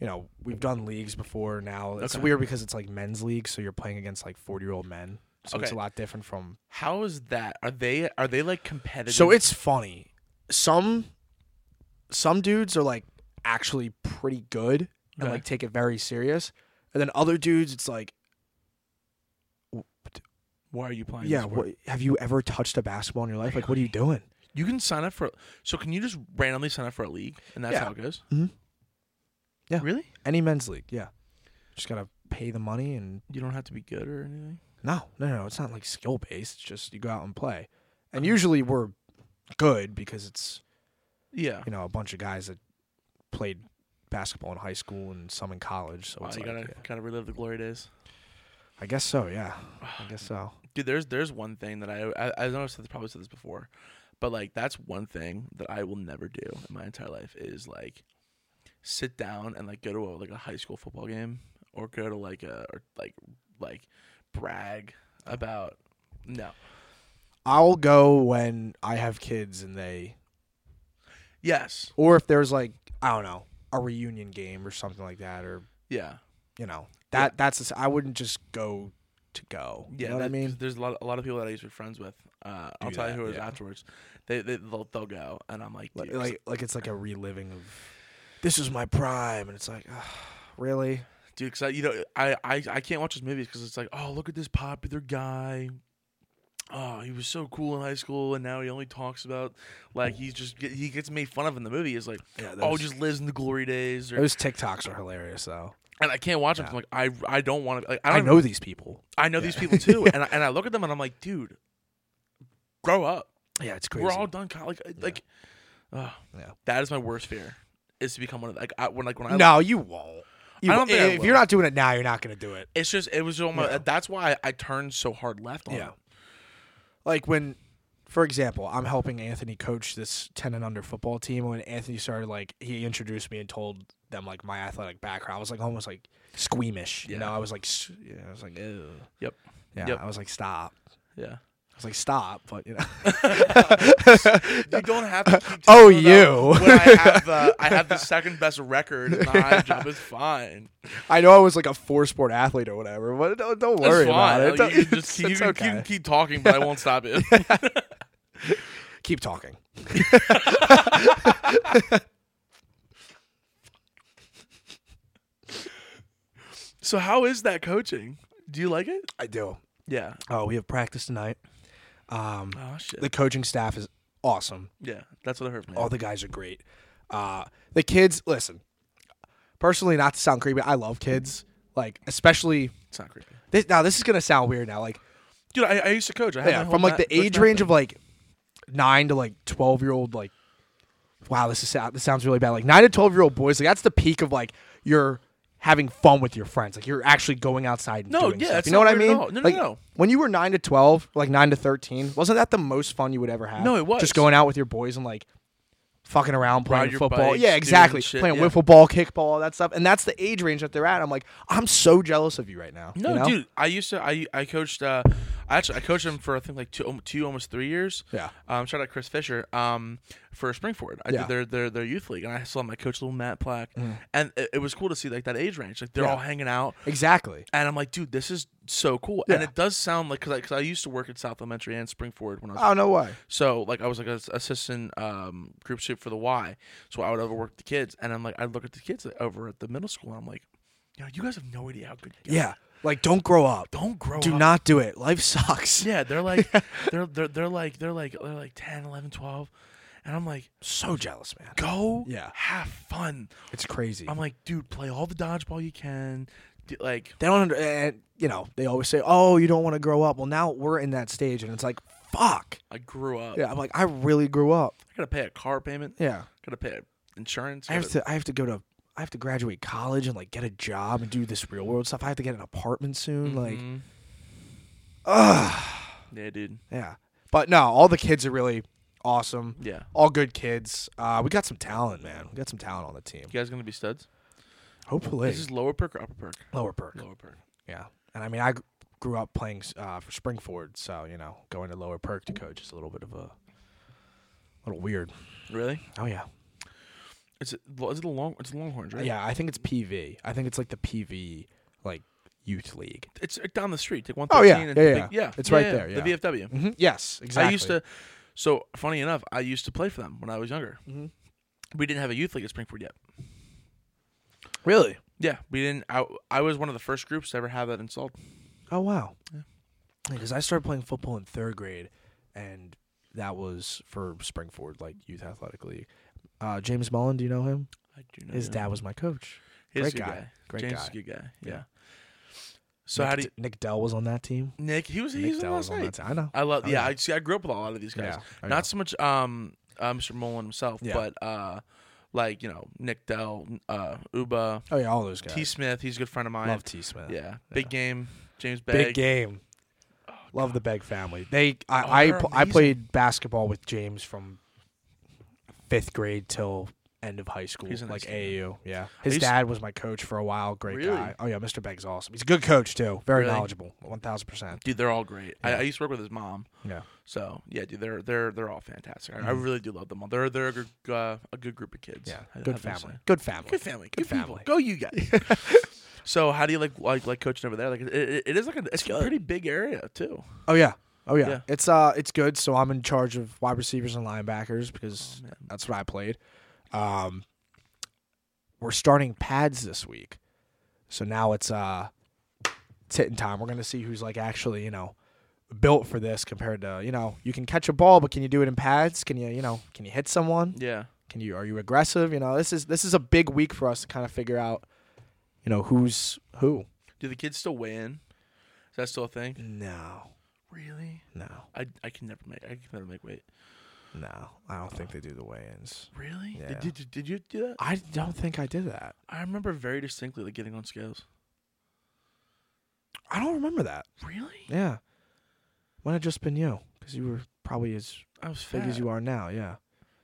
A: you know, we've done leagues before now. It's
B: Okay.
A: weird because it's like men's league, so you're playing against like 40 year old men. So it's a
B: Okay.
A: lot different from.
B: How is that? Are they are they like competitive?
A: So it's funny. Some some dudes are like actually pretty good and
B: Okay.
A: like take it very serious, and then other dudes, it's like,
B: why are you playing?
A: yeah,
B: this sport?
A: what, have you ever touched a basketball in your life? Like, what are you doing?
B: you can sign up for. So can you just randomly sign up for a league and that's
A: Yeah.
B: how it goes?
A: Mhm. Yeah.
B: Really?
A: Any men's league, yeah. Just gotta pay the money and
B: You don't have to be good or anything.
A: no, no, no. It's not like skill based. It's just you go out and play, and
B: Uh-huh.
A: usually we're good because it's
B: Yeah.
A: you know a bunch of guys that played basketball in high school and some in college. So
B: Wow,
A: it's
B: Oh, you
A: like,
B: gotta
A: yeah.
B: kind of relive the glory days.
A: I guess so. Yeah, I guess so.
B: dude there's there's one thing that i i, I know i've said- probably said this before but like that's one thing that i will never do in my entire life is like sit down and like go to a, like a high school football game or go to like a or like like brag about no
A: I'll go when I have kids and they,
B: yes
A: or if there's like I don't know a reunion game or something like that, or
B: yeah
A: you know that that's the s- I wouldn't just go to go. You
B: yeah
A: know what I
B: that- 'cause
A: mean.
B: there's a lot a lot of people that i used to be friends with uh i'll
A: Do
B: tell you
A: that,
B: who it was
A: yeah.
B: afterwards they, they they'll, they'll go and i'm like,
A: like,
B: dude,
A: like like it's like a reliving of this is my prime and it's like ugh, really
B: dude. Because you know, I, I I can't watch his movies because it's like, oh, look at this popular guy. Oh, he was so cool in high school, and now he only talks about like he's just get, he gets made fun of in the movie. Is like,
A: yeah
B: oh, just lives in the glory days, or,
A: those tiktoks are hilarious though
B: and I can't watch him.
A: Yeah.
B: I'm like, I I don't want to. Like, I
A: i,
B: don't
A: know these people
B: I know these people too, and I, and I look at them and I'm like, dude, grow up.
A: yeah it's crazy
B: We're all done. co- Like, like, ugh.
A: Yeah.
B: That is my worst fear, is to become one of the, like I, when like when I
A: no you won't You
B: I don't think I
A: if
B: will.
A: you're not doing it now you're not gonna do it
B: It's just it was almost
A: Yeah.
B: that's why I turned so hard left on
A: Yeah.
B: it.
A: like when for example i'm helping anthony coach this 10 and under football team when anthony started like he introduced me and told them like my athletic background i was like almost like squeamish you
B: Yeah.
A: know i was like s- you know, i was like Ew.
B: Yep.
A: yeah
B: Yep.
A: i was like stop
B: Yeah.
A: i was like stop but you know
B: You don't have to keep
A: Oh,
B: telling them
A: you.
B: When I have the I have the second best record in the high jump is fine.
A: I know I was like a four sport athlete or whatever, but don't, don't
B: That's
A: worry about
B: fine.
A: it.
B: Like,
A: Don't-
B: you can just keep,
A: it's
B: you can
A: okay.
B: keep, keep talking, but I won't stop it.
A: Keep talking.
B: so how is that coaching? Do you like it?
A: I do.
B: Yeah.
A: Oh, we have practice tonight. Um,
B: Oh shit.
A: the coaching staff is awesome.
B: yeah, that's what I heard from you.
A: All the guys are great. Uh, the kids, listen. Personally, not to sound creepy, I love kids. Like especially
B: it's not creepy,
A: this, now. This is gonna sound weird now. Like
B: dude. I, I used to coach. I had my
A: yeah,
B: whole
A: from like
B: ma-
A: the age
B: coach
A: range of like nine to like twelve year old like wow this is sou- this sounds really bad like nine to twelve year old boys like that's the peak of like you're having fun with your friends like you're actually going outside and
B: No,
A: doing
B: yeah,
A: stuff.
B: it's
A: you know
B: not
A: what I
B: weird at
A: mean
B: all. No, no,
A: like,
B: no.
A: when you were nine to twelve like nine to thirteen wasn't that the most fun you would ever have
B: No, it was.
A: just going out with your boys and like fucking around playing
B: your
A: football
B: bikes,
A: yeah
B: doing
A: exactly
B: shit,
A: playing
B: yeah.
A: wiffle ball kickball all that stuff and that's the age range that they're at I'm like I'm so jealous of you right now
B: No,
A: you know?
B: dude. I used to. I I coached. Uh, I actually I coached him for I think like two, om- two almost three years.
A: Yeah.
B: Um, shout out Chris Fisher. Um, for Springford, I
A: Yeah. Mm.
B: did their their their youth league, and I saw my coach, little Matt Plack, and it, it was cool to see like that age range. Like they're
A: Yeah.
B: all hanging out,
A: exactly
B: and I'm like, dude, this is so cool. And
A: Yeah.
B: it does sound like because I, 'cause I used to work at South Elementary and Springford when I was
A: oh no way
B: so like I was like an assistant um, group shoot for the Y. So I would overwork the kids, and I'm like I look at the kids over at the middle school, and I'm like, you know, you guys have no idea how good. You guys
A: yeah like don't grow up
B: Don't grow
A: do
B: up.
A: not do it. Life sucks.
B: Yeah, they're like they're, they're they're like they're like they're like 10, 11, 12. And I'm like,
A: So jealous, man.
B: "Go
A: Yeah.
B: have fun."
A: It's crazy.
B: I'm like, "Dude, play all the dodgeball you can." D- like
A: they don't under, and you know, they always say, "Oh, you don't want to grow up." Well, now we're in that stage and it's like, "Fuck."
B: I grew up.
A: Yeah, I'm like, "I really grew up."
B: I got to pay a car payment.
A: Yeah.
B: Got to pay insurance.
A: I have
B: gotta-
A: to I have to go to I have to graduate college and like get a job and do this real world stuff. I have to get an apartment soon like
B: Mhm.
A: ugh.
B: Yeah, dude.
A: Yeah. But no, all the kids are really awesome.
B: Yeah.
A: All good kids. Uh, we got some talent, man. We got some talent on the team.
B: You guys going to be studs?
A: Hopefully.
B: This is lower perk or upper perk?
A: lower perk.
B: Lower perk.
A: Yeah, and I mean, I gr- grew up playing uh, for Springford, so you know, going to lower perk to coach is a little bit of a little weird.
B: Really?
A: Oh yeah,
B: Is it, is it a long? It's Longhorns, right?
A: Yeah, I think it's PV. I think it's like the PV like youth league.
B: It's down the street. Like one
A: Oh,
B: thirteen.
A: yeah,
B: and
A: yeah,
B: the
A: yeah.
B: big- yeah.
A: It's right there, yeah.
B: The VFW.
A: Mm-hmm. Yes, exactly.
B: I used to. So funny enough, I used to play for them when I was younger.
A: Mhm.
B: We didn't have a youth league at Springford yet.
A: really.
B: Yeah, we didn't. I, I was one of the first groups to ever have that installed.
A: Oh wow.
B: Yeah.
A: Because I started playing football in third grade, and that was for Springford, like youth athletic league. Uh, James Mullen, do you know him?
B: I do know
A: His
B: him.
A: dad was my coach.
B: He's
A: great
B: a good
A: guy. Great
B: James
A: guy.
B: is a good guy.
A: Yeah.
B: Yeah. So
A: Nick,
B: how do you,
A: D- Nick Dell was on that team?
B: Nick? He was
A: Nick
B: he's
A: Dell
B: on
A: was
B: last
A: on that
B: night.
A: team. I know.
B: I love.
A: Oh,
B: yeah,
A: yeah.
B: I see. I grew up with a lot of these guys.
A: Yeah, I know.
B: Not so much um uh, Mr. Mullen himself,
A: Yeah.
B: but uh like you know Nick Dell, uh Uba,
A: Oh yeah, all those guys.
B: T. Smith. He's a good friend of mine.
A: Love T Smith.
B: yeah. big game. James Begg.
A: Big game. Love the Beg family. They I
B: Oh,
A: I,
B: they're
A: pl- I
B: amazing.
A: played basketball with James from fifth grade till end of high school,
B: He's a nice
A: like
B: guy.
A: AAU. Yeah, his
B: used-
A: dad was my coach for a while. Great
B: Really?
A: guy. Oh yeah, Mr. Begg's awesome. He's a good coach too. Very
B: Really?
A: knowledgeable. One thousand percent.
B: Dude, they're all great. I,
A: Yeah.
B: I used to work with his mom,
A: Yeah.
B: so yeah, dude, they're they're they're all fantastic. I, I
A: Mhm.
B: really do love them all. They're they're a good, uh, a good group of kids.
A: Yeah.
B: I- I
A: Good
B: have to say.
A: family. Good family.
B: Good family. Good,
A: Good
B: people.
A: family.
B: Go you guys. so how do you like like like coaching over there? Like it, it, it is like a, it's a
A: good.
B: pretty big area too.
A: Oh yeah. Oh yeah.
B: Yeah.
A: It's uh it's good. So I'm in charge of wide receivers and linebackers because
B: Oh, man.
A: that's what I played. Um we're starting pads this week. So now it's uh it's hitting time. We're gonna see who's like actually, you know, built for this compared to, you know, you can catch a ball, but can you do it in pads? Can you, you know, can you hit someone?
B: Yeah.
A: Can you are you aggressive? You know, this is this is a big week for us to kind of figure out, you know, who's who.
B: Do the kids still weigh in? Is that still a thing?
A: No.
B: Really?
A: No.
B: I, I can never make I can never make weight.
A: No. I don't think they do the weigh ins.
B: Really?
A: Yeah.
B: Did, did, you- did you do that?
A: I don't think I did that.
B: I remember very distinctly like getting on scales.
A: I don't remember that.
B: Really?
A: Yeah. Might have just been you because you were probably as
B: I was fat.
A: big as you are now. Yeah.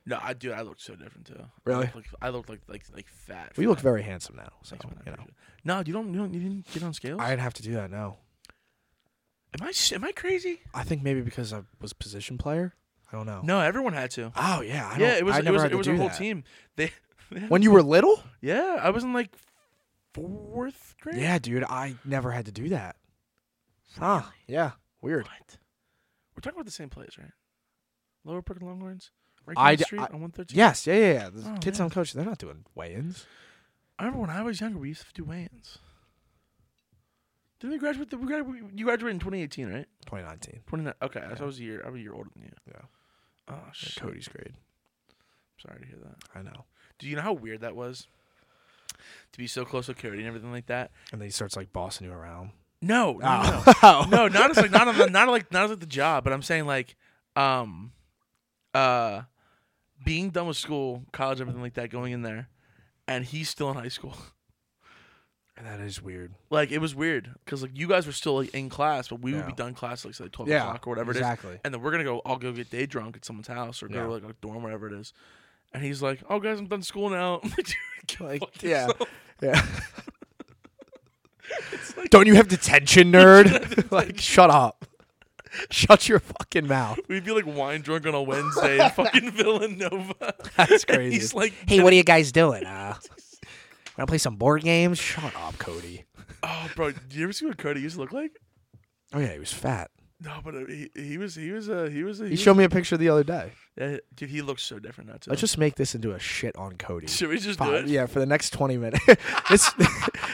B: No, I do. I looked so different too.
A: Really?
B: I looked like I looked like like, like fat.
A: Well, you look
B: fat.
A: very handsome now. So,
B: Thanks, man. I
A: Oh, you know.
B: appreciate it. No, you don't. You don't. You didn't get on scales.
A: I'd have to do that now.
B: am I s- am I crazy?
A: I think maybe because I was position player. I don't know.
B: No, everyone had to.
A: Oh, yeah. I
B: yeah,
A: don't-
B: it was
A: I
B: it
A: never
B: was
A: had
B: it
A: to
B: was
A: do
B: a whole
A: that.
B: team. They, they had-
A: When you were little?
B: yeah, I was in like fourth grade.
A: Yeah, dude. I never had to do that. Huh.
B: Really?
A: Yeah. Weird.
B: What? We're talking about the same place, right? Lower Brook and Longhorns, right
A: I d-
B: down the street
A: I-
B: on one thirteen.
A: Yes. Yeah, yeah, yeah. The
B: Oh,
A: kids
B: yeah.
A: on coach, they're not doing weigh ins.
B: I remember when I was younger, we used to do weigh-ins. Didn't we graduate? The, we graduated, you graduated in twenty eighteen, right?
A: 2019.
B: Twenty nine. Okay,
A: Yeah.
B: so I was a year. I was a year older than you.
A: Yeah.
B: Oh shit.
A: Cody's grade.
B: Sorry to hear that.
A: I know.
B: Do you know how weird that was? To be so close to Cody and everything like that.
A: And then he starts like bossing you around.
B: No, no, no, no.
A: Oh.
B: no, not as like not on the, not like not as like the job, but I'm saying like, um, uh, being done with school, college, everything like that, going in there, and he's still in high school.
A: That is weird.
B: Like it was weird because like you guys were still like in class, but we would be
A: Yeah.
B: done class like say like twelve o'clock or whatever it is,
A: exactly.
B: and then we're gonna go all go get day drunk at someone's house or go
A: Yeah.
B: to like a dorm whatever it is, and he's like, "Oh guys, I'm done school now." I'm like, Dude, go
A: Like,
B: fuck
A: yeah.
B: yourself.
A: Yeah.
B: It's like-
A: Don't you have detention, nerd? like, shut up. Shut your fucking mouth.
B: We'd be like wine drunk on a Wednesday in fucking Villanova.
A: That's
B: And
A: crazy.
B: He's like,
A: Hey, what are you guys doing? Uh, wanna play some board games? Shut up, Cody.
B: oh, bro, do you ever see what Cody used to look like?
A: Oh yeah, he was fat.
B: No, but uh, he, he was he was a he was a
A: He showed me a picture the other day.
B: uh, dude. He looks so different now too.
A: Let's just make this into a shit on Cody.
B: should we just do
A: pod-
B: it?
A: Yeah, for the next twenty minutes. this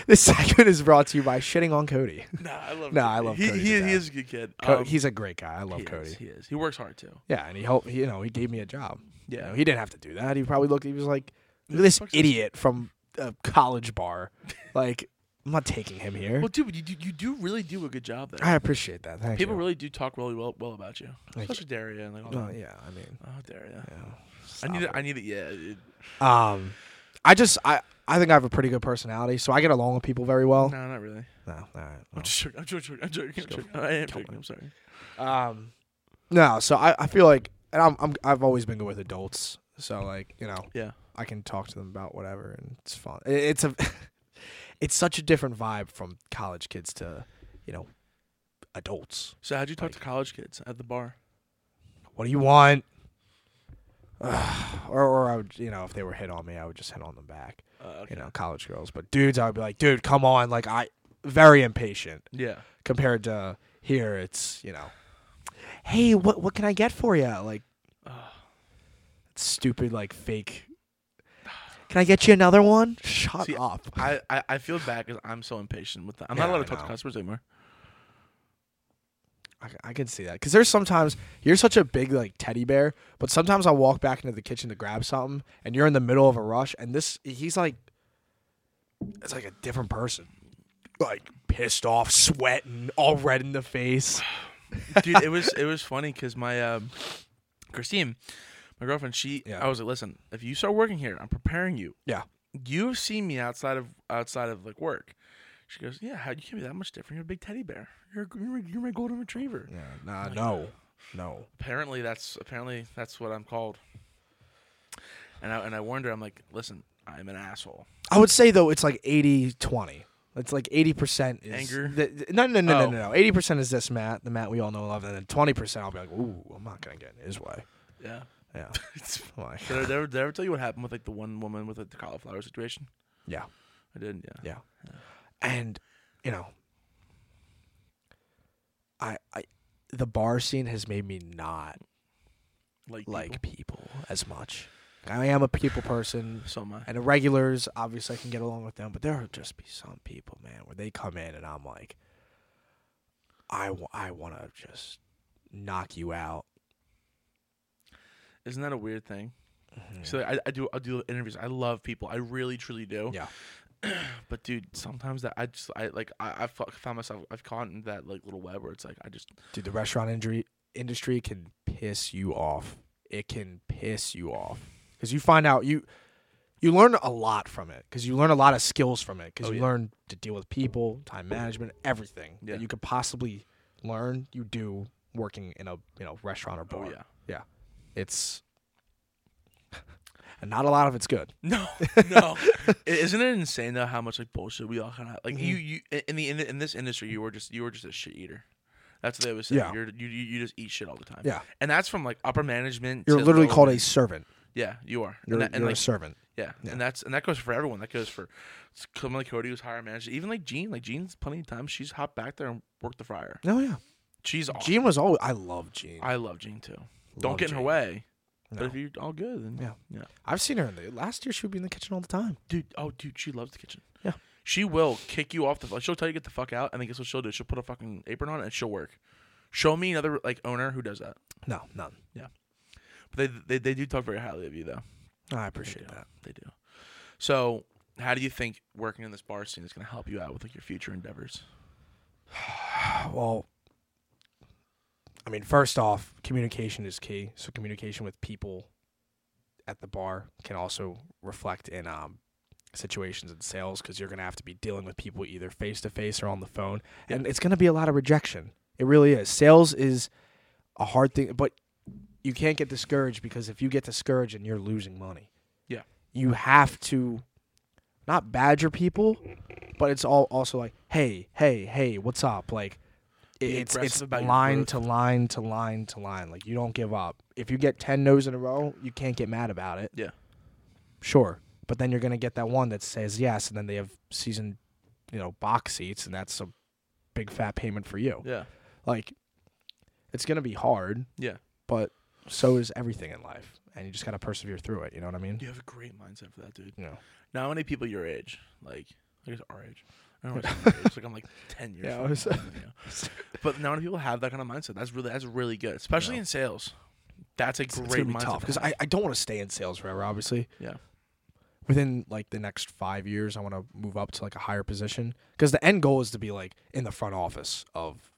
A: this segment is brought to you by shitting on Cody.
B: Nah, I love.
A: No,
B: Cody.
A: I love
B: He
A: Cody
B: he,
A: to
B: he
A: death.
B: is a good kid.
A: Co-
B: Um,
A: he's a great guy. I love
B: he
A: Cody.
B: Is, he is. He works hard too.
A: Yeah, and he helped. You know, he gave me a job. You
B: Yeah.
A: know, he didn't have to do that. He probably looked. He was like,
B: Who
A: "Look
B: the
A: at this
B: fuck's this
A: idiot from a college bar. Like, I'm not taking him here."
B: well, dude, you do you do really do a good job there.
A: I appreciate that. Thank
B: People
A: you.
B: really do talk really well well about you,
A: Thank
B: especially Daria and like all
A: No,
B: that.
A: yeah, I mean,
B: Oh, Daria.
A: yeah.
B: I
A: Stop
B: need it.
A: it.
B: I need it. Yeah. It,
A: Um, I just I I think I have a pretty good personality, so I get along with people very well.
B: No, not really.
A: No, all right.
B: I'm just joking. I'm joking. I'm joking.
A: Oh.
B: I'm
A: Just go
B: joking. I am
A: Kill
B: joking.
A: me.
B: I'm sorry.
A: no. Um, no. So I I feel like, and I'm, I'm I've always been good with adults. So like you know,
B: Yeah.
A: I can talk to them about whatever, and it's fun. It- It's a, it's such a different vibe from college kids to, you know, adults.
B: So how'd you talk
A: Like-
B: to college kids at the bar?
A: What do you want? or, or I would, you know, if they were hit on me, I would just hit on them back.
B: Uh, okay.
A: You know, college girls, but dudes, I would be like, dude, come on, like I, very impatient
B: Yeah.
A: compared to here. It's you know, hey, what what can I get for you? Like stupid, like fake. Can I get you another one? Shut
B: See,
A: up.
B: I, I, I feel bad because I'm so impatient with them. I'm not
A: Yeah, I
B: allowed to talk to
A: know.
B: customers anymore.
A: I, I can see that because there's sometimes you're such a big like teddy bear, but sometimes I walk back into the kitchen to grab something, and you're in the middle of a rush, and this he's like, it's like a different person, like pissed off, sweating, all red in the face.
B: Dude, it was it was funny because my um, Christine, my girlfriend, she
A: Yeah.
B: I was like, listen, if you start working here, I'm preparing you.
A: Yeah,
B: You've seen me outside of outside of like work. She goes, yeah, how you can't be that much different. You're a big teddy bear. You're you're, you're my golden retriever.
A: yeah, nah, no, no.
B: apparently that's apparently that's what I'm called. And I and I warned her. I'm like, listen, I'm an asshole.
A: I would say though it's like 80-20. It's like eighty percent is
B: Anger?
A: th- th- no, no, no,
B: Oh.
A: no, no, no. Eighty percent is this Matt, the Matt we all know and love, and then twenty percent I'll be like, ooh, I'm not gonna get in his way.
B: Yeah.
A: Yeah, like,
B: Did I, did, I, did I ever tell you what happened with like the one woman with like, the cauliflower situation?
A: yeah.
B: I didn't. Yeah.
A: Yeah. And you know, I I the bar scene has made me not
B: Like like
A: like people as much. I am a people person.
B: so am I.
A: And the regulars, obviously, I can get along with them, but there will just be some people, man, where they come in and I'm like, I, w- I want to just knock you out.
B: Isn't that a weird thing?
A: Mm-hmm.
B: So like, I, I do I do interviews. I love people. I really truly do.
A: Yeah.
B: But dude, sometimes that I just I like I I fu- found myself I've caught in that like little web where it's like I just
A: Dude, the restaurant industry industry can piss you off. It can piss you off because you find out you you learn a lot from it because you learn a lot of skills from it because
B: Oh,
A: you
B: yeah.
A: learn to deal with people, time management, everything
B: Yeah.
A: that you could possibly learn. You do working in a you know restaurant or bar.
B: oh yeah
A: yeah, it's and not a lot of it's good.
B: No, no. I- Isn't it insane though how much like bullshit we all kind of like
A: Mm-hmm.
B: you you i- in the in, the, in this industry you were just you were just a shit eater. That's what they always say.
A: Yeah.
B: You're, you you you just eat shit all the time.
A: Yeah.
B: and that's from like upper management.
A: You're
B: to
A: literally
B: lower
A: called a
B: man-
A: servant.
B: Yeah, you are.
A: You're,
B: and that, and
A: you're
B: like,
A: a servant.
B: yeah.
A: yeah.
B: and that's and that goes for everyone. That goes for it's Come like Cody was higher manager. Even like Jean, like Jean's plenty of times she's hopped back there and worked the fryer.
A: No, yeah.
B: She's awesome.
A: Gene was always. I love Gene.
B: I love Jean too. Don't
A: Love
B: get in her
A: Jean.
B: way. But
A: No.
B: if you're all good, then
A: Yeah.
B: yeah.
A: I've seen her in the last year. She would be in the kitchen all the time.
B: dude. Oh, dude, she loves the kitchen.
A: Yeah.
B: she will kick you off the. She'll tell you to get the fuck out, and then guess what she'll do? She'll put a fucking apron on and she'll work. Show me another like owner who does that.
A: No, none.
B: But they they, they do talk very highly of you though.
A: I
B: They
A: appreciate
B: do.
A: that.
B: They do. So, how do you think working in this bar scene is going to help you out with like your future endeavors?
A: Well, I mean, first off, communication is key. So communication with people at the bar can also reflect in um, situations and sales because you're going to have to be dealing with people either face to face or on the phone,
B: Yeah.
A: and it's going to be a lot of rejection. It really is. Sales is a hard thing, but you can't get discouraged because if you get discouraged and you're losing money,
B: Yeah.
A: you have to not badger people, but it's all also like, hey, hey, hey, what's up? Like, it-
B: Be
A: it's
B: aggressive
A: it's
B: about your
A: line
B: growth.
A: to line to line to line. Like, you don't give up. If you get ten no's in a row, you can't get mad about it.
B: Yeah.
A: Sure, but then you're gonna get that one that says yes, and then they have season, you know, box seats, and that's a big fat payment for you.
B: Yeah,
A: Like, it's gonna be hard,
B: yeah.
A: but so is everything in life, and you just gotta persevere through it. You know what I mean?
B: You have a great mindset for that, dude.
A: You know.
B: Not many people your age, like I guess our age. I don't know why I said our age, like I'm like ten years.
A: Yeah, I
B: fucking
A: was-
B: younger than you. But not many people have that kind of mindset. That's really that's really good, especially in sales. That's a
A: it's
B: great
A: gonna
B: mindset
A: be tough because I, I don't want to stay in sales forever. Obviously,
B: Yeah.
A: Within like the next five years, I want to move up to like a higher position because the end goal is to be like in the front office of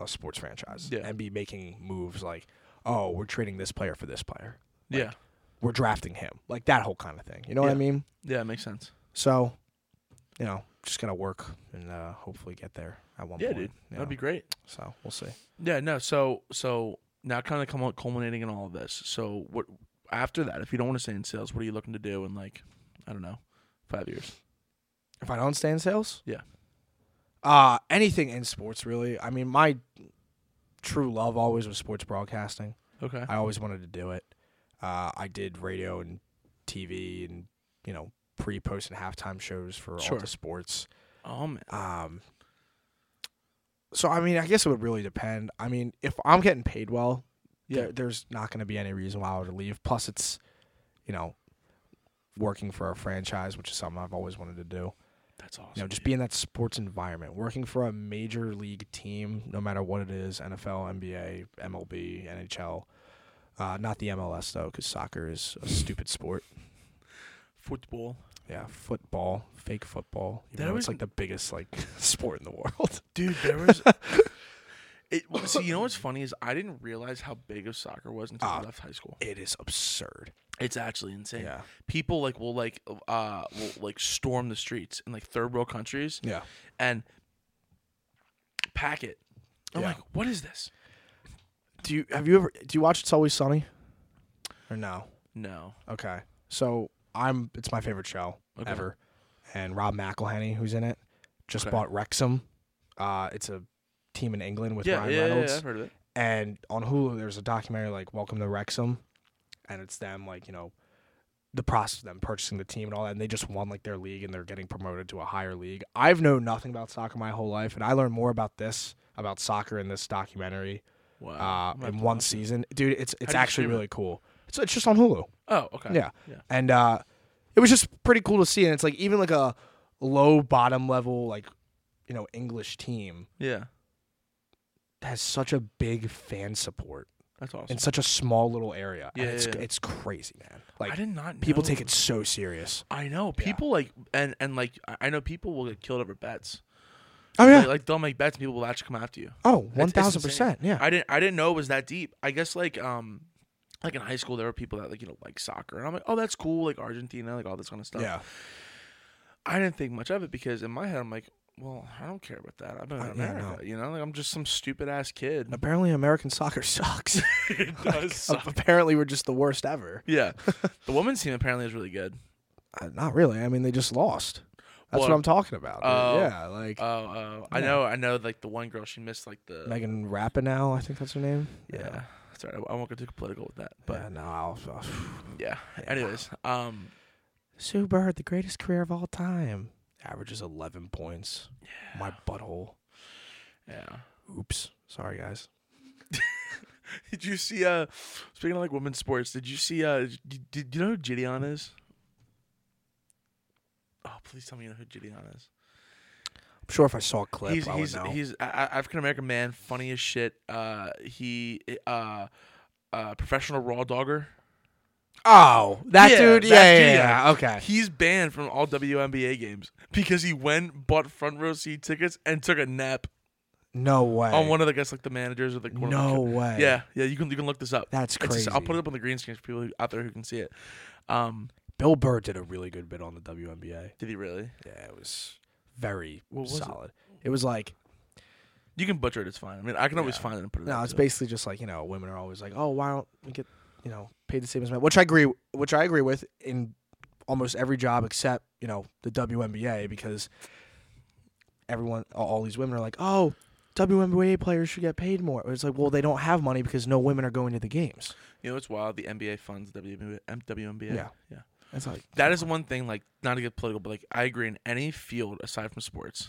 A: a sports franchise
B: Yeah.
A: and be making moves like, oh, we're trading this player for this player, like-
B: yeah,
A: we're drafting him, like that whole kind of thing. You know what I
B: Yeah.
A: mean?
B: yeah, it makes sense.
A: So, you know, just gotta work and uh, hopefully get there at one
B: Yeah,
A: point.
B: dude,
A: you
B: that'd
A: know?
B: be great.
A: so we'll see.
B: Yeah, no. So so now kind of come on, culminating in all of this. So what after that? If you don't want to stay in sales, what are you looking to do in like I don't know, five years?
A: If I don't stay in sales?
B: Yeah.
A: Uh anything in sports really. I mean my true love always was sports broadcasting.
B: Okay.
A: I always wanted to do it. Uh, I did radio and TV and you know pre, post, and halftime shows for
B: Sure.
A: all the sports.
B: Oh man.
A: Um, so I mean, I guess it would really depend. I mean, if I'm getting paid well,
B: Yeah.
A: there- there's not going to be any reason why I would leave. Plus, it's you know working for a franchise, which is something I've always wanted to do.
B: That's awesome.
A: You know, just
B: dude.
A: be in that sports environment, working for a major league team, no matter what it is NFL, NBA, MLB, NHL. Uh, not the MLS, though, because soccer is a stupid sport.
B: football.
A: Yeah, football, fake football.
B: That
A: Even though
B: always-
A: it's like the biggest like sport in the world.
B: Dude, there was it see, you know what's funny is I didn't realize how big of soccer was until I
A: Ah.
B: left high school.
A: It is absurd.
B: It's actually insane.
A: Yeah.
B: People like will like uh will like storm the streets in like third world countries
A: Yeah.
B: and pack it. I'm
A: Yeah.
B: like, what is this?
A: Do you have you ever do you watch It's Always Sunny? Or no?
B: No.
A: Okay. So I'm it's my favorite show
B: Okay.
A: ever. And Rob McElhenney, who's in it, just
B: Okay.
A: bought Wrexham. Uh it's a team in England with
B: Yeah,
A: Ryan
B: yeah, yeah,
A: Reynolds.
B: yeah, I've heard of it.
A: And on Hulu there's a documentary like Welcome to Wrexham and it's them like, you know, the process of them purchasing the team and all that, and they just won like their league and they're getting promoted to a higher league. I've known nothing about soccer my whole life, and I learned more about this about soccer in this documentary
B: Wow.
A: uh,
B: I'm gonna have
A: in
B: to
A: one
B: watch it.
A: season. Dude, it's
B: How do
A: it's
B: you
A: actually
B: stream it?
A: really cool. So it's just on Hulu.
B: Oh, okay.
A: Yeah.
B: Yeah.
A: And uh, it was just pretty cool to see. And it's like even like a low bottom level, like, you know, English team
B: Yeah.
A: has such a big fan support
B: That's awesome.
A: in such a small little area.
B: Yeah,
A: and it's,
B: yeah, yeah.
A: it's crazy, man.
B: I
A: Like
B: did not know.
A: people take it so serious.
B: I know.
A: Yeah.
B: People like and and like I- I know people will get killed over bets.
A: Oh yeah.
B: Like, like they'll make bets and people will actually come after you.
A: Oh,
B: It's-
A: one
B: it's
A: thousand percent. Yeah.
B: I didn't I didn't know it was that deep. I guess like um like in high school there were people that like you know like soccer and I'm like oh that's cool like Argentina like all this kind of stuff.
A: yeah.
B: I didn't think much of it because in my head I'm like well I don't care about that. I've been in
A: Uh, yeah,
B: America you know like I'm just some stupid ass kid.
A: Apparently American soccer sucks.
B: it
A: Like, Apparently we're just the worst ever.
B: Yeah, the women's team apparently is really good.
A: Uh, not really. I mean, they just lost. That's
B: Well,
A: what I'm talking about. dude.
B: oh.
A: yeah, like
B: Oh, oh, I
A: Yeah.
B: know, I know. Like the one girl, she missed like the.
A: Megan Rapinoe, I think that's her name.
B: yeah, sorry, I won't get too political with that,
A: But
B: but
A: yeah, no, I'll, I'll-
B: yeah.
A: Yeah.
B: Anyways, um,
A: Sue Bird, the greatest career of all time, averages 11 points. My butthole.
B: yeah.
A: Oops. Sorry, guys.
B: Did you see? Uh, speaking of like women's sports, did you see? Uh, did, did you know who Gideon is? Oh, please tell me you know who Gideon is.
A: I'm sure if I saw a clip,
B: he's
A: I would
B: he's
A: know.
B: he's a- a- African American man, funny as shit. Uh, he uh, uh, professional raw dogger.
A: oh, that
B: Yeah,
A: dude.
B: that's
A: Yeah, yeah,
B: Gideon.
A: yeah, Okay.
B: He's banned from all WNBA games because he went bought front row seat tickets and took a nap
A: No way.
B: on one of the I guess like the managers or the one of the
A: no way.
B: Yeah, yeah, you can you can look this up.
A: That's
B: It's
A: crazy.
B: just- I'll put it up on the green screen for people who- out there who can see it. Um,
A: Bill Burr did a really good bit on the WNBA.
B: did he really?
A: Yeah, it was very
B: What was it?
A: solid. It? was like,
B: You can butcher it. It's fine. I mean, I can always
A: Yeah.
B: find it and put it.
A: no,
B: up
A: it's
B: too.
A: basically just like, you know, women are always like, oh, why don't we get, you know, paid the same as men? Which I agree, which I agree with in almost every job except, you know, the WNBA because everyone, all- all these women are like, oh, WNBA players should get paid more. It's like, well, they don't have money because no women are going to the games.
B: You know, it's wild. The NBA funds WNBA. M- WNBA.
A: Yeah.
B: yeah.
A: It's like
B: That is one thing. Like, not to get political, but like, I agree in any field aside from sports.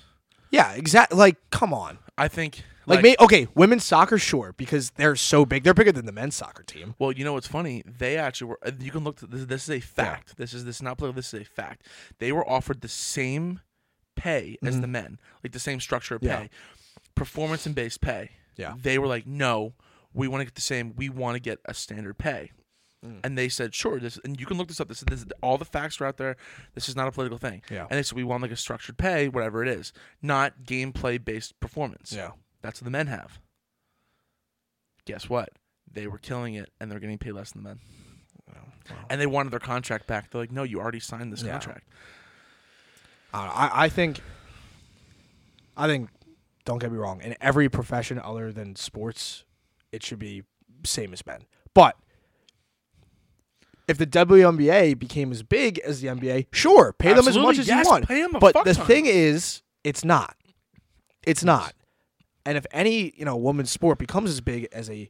A: yeah, exactly. Like, come on.
B: I think
A: Like, may- okay, women's soccer, sure, because they're so big. They're bigger than the men's soccer team.
B: Well, you know what's funny? They actually were. uh, You can look. To, this, this is a fact. This is this is not political. This is a fact. They were offered the same pay as the men, like the same structure of pay,
A: Mm-hmm. Yeah.
B: performance and based pay.
A: Yeah.
B: They were like, no, we want to get the same. We want to get a standard pay.
A: Mm.
B: And they said, sure. This and you can look this up. This, this all the facts are out there. This is not a political thing.
A: Yeah.
B: And it's we want like a structured pay, whatever it is, not gameplay based performance.
A: Yeah.
B: That's what the men have. Guess what? They were killing it, and they're getting paid less than the men. And they wanted their contract back. They're like, no, you already signed this
A: Yeah.
B: contract.
A: I, don't know. I, I think, I think, don't get me wrong. In every profession other than sports, it should be same as men. But if the WNBA became as big as the NBA, sure, pay them as
B: Absolutely,
A: much as
B: yes,
A: you want.
B: pay 'em a
A: but
B: fuck
A: the
B: ton.
A: thing is, it's not. It's not. And if any you know women's sport becomes as big as a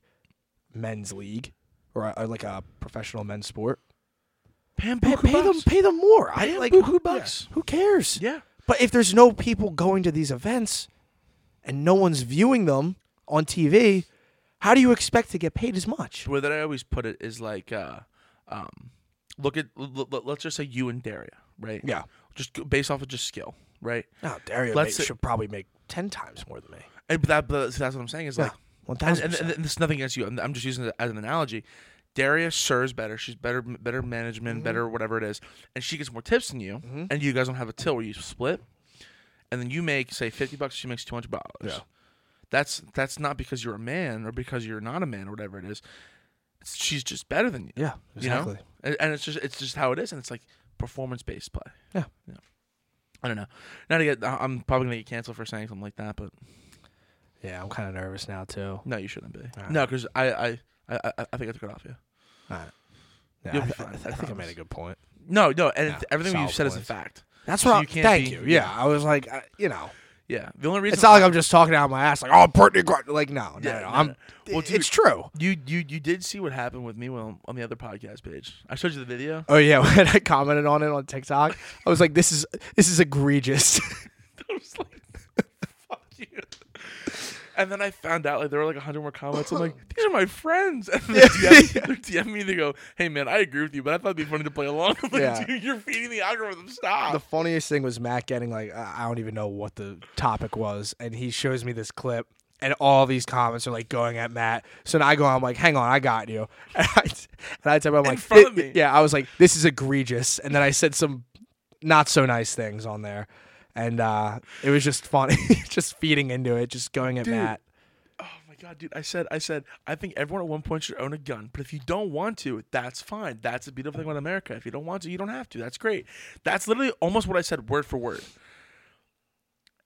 A: men's league, or, a, or like a professional men's sport.
B: Pay, them
A: Pay, pay them, pay them more. I
B: Pay 'em
A: like
B: buku
A: who-
B: bucks.
A: yeah, who cares?
B: Yeah.
A: But if there's no people going to these events, and no one's viewing them on TV, how do you expect to get paid as much?
B: The way that I always put it is like, uh, um, look at l- l- let's just say you and Daria, right?
A: Yeah.
B: Just go- based off of just skill, right?
A: No, Dario
B: Let's
A: ma-
B: say-
A: should probably make ten times more than me.
B: And but that but that's what I'm saying is like,
A: One
B: and,
A: thousand.
B: and, and this is nothing against you. I'm, I'm just using it as an analogy. Daria serves better. She's better, better management,
A: Mm-hmm.
B: better whatever it is, and she gets more tips than you. And you guys don't have a till where you split, and then you make say fifty bucks. She makes two hundred dollars.
A: Yeah.
B: That's that's not because you're a man or because you're not a man or whatever it is. It's, she's just better than you.
A: Yeah, exactly.
B: You know? and, and it's just it's just how it is, and it's like performance based play.
A: Yeah.
B: yeah. I don't know. Now to get, I- I'm probably gonna get canceled for saying something like that, but
A: Yeah, I'm kind of nervous now too.
B: no, you shouldn't be.
A: right.
B: No, because I, I, I, I, I think I took it off you.
A: Yeah,
B: You'll
A: I,
B: be
A: I-
B: fine,
A: I
B: I
A: think I
B: promise.
A: made a good point.
B: No, no, and
A: Yeah,
B: everything you've
A: solid
B: said is a
A: points.
B: fact.
A: That's
B: So
A: what. I,
B: you can't
A: thank
B: be-
A: you. Yeah, I was like, I, you know,
B: Yeah, the only reason
A: it's not like I'm just talking out my ass. Like, oh, Brittany, Gr-. like, no, no, no,
B: Yeah, no,
A: I'm.
B: no. Well,
A: it-
B: dude-
A: it's true.
B: you, you, you did see what happened with me on, on the other podcast page. I showed you the video.
A: Oh yeah, when I commented on it on TikTok, I was like, this is this is egregious.
B: I was like, fuck you. And then I found out like there were like hundred more comments. I'm like, these are my friends. And they DM, me, they DM me. They go, hey man, I agree with you, but I thought it'd be funny to play along. I'm like,
A: Yeah.
B: dude, you're feeding the algorithm. Stop.
A: the funniest thing was Matt getting like uh, I don't even know what the topic was, and he shows me this clip, and all these comments are like going at Matt. So now I go, I'm like, hang on, I got you, and I, and I tell him, I'm like,
B: front
A: "Thi-
B: of me.
A: yeah, I was like, this is egregious, and then I said some not so nice things on there, and uh, it was just funny, just feeding into it, just going at Matt.
B: Oh my god, dude! I said, I said, I think everyone at one point should own a gun, but if you don't want to, that's fine. That's the beautiful thing about America. If you don't want to, you don't have to. That's great. That's literally almost what I said, word for word.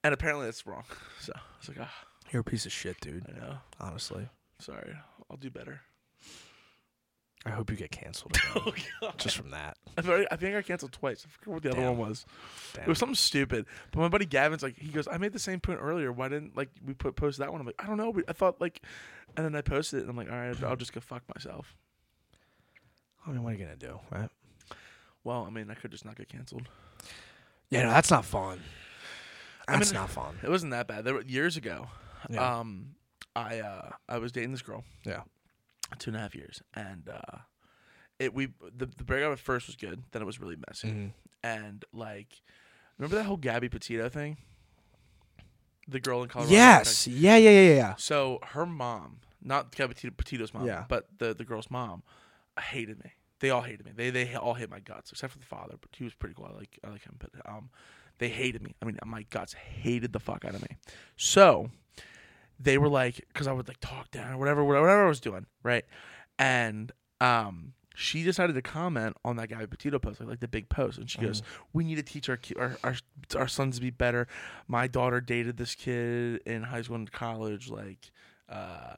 B: And apparently, that's wrong. So I was like, ah,
A: You're a piece of shit, dude.
B: I know.
A: Honestly,
B: Sorry, I'll do better.
A: I hope you get canceled again,
B: Oh god!
A: just from that.
B: I've already, I think I canceled twice. I forget what the other
A: Damn.
B: one was.
A: Damn.
B: It was something stupid. But my buddy Gavin's like, he goes, I made the same point earlier. Why didn't like we put post that one? I'm like, I don't know. but I thought like, and then I posted it, and I'm like, all right, I'll just go fuck myself.
A: I mean, what are you gonna do, right?
B: Well, I mean, I could just not get canceled.
A: Yeah, no, that's not fun.
B: I mean-
A: That's not fun.
B: It wasn't that bad. There were, years ago,
A: Yeah.
B: um, I uh, I was dating this girl.
A: Yeah.
B: two and a half years, and uh, it we the, the breakup at first was good. Then it was really messy,
A: Mm. Mm-hmm.
B: and like remember that whole Gabby Petito thing, the girl in Colorado.
A: Yes. Yeah, yeah, yeah, yeah.
B: So her mom, not Gabby Petito, Petito's mom,
A: Yeah.
B: but the the girl's mom, hated me. They all hated me. They they all hate my guts except for the father, but he was pretty cool. I like I like him, but um, they hated me. I mean, my guts hated the fuck out of me. So they were like, because I would like talk down or whatever, whatever, whatever I was doing, right? And um, she decided to comment on that Gabby Petito post, like, like the big post, and she goes, "We need to teach our, ki- our our our sons to be better." My daughter dated this kid in high school and college, like. Uh,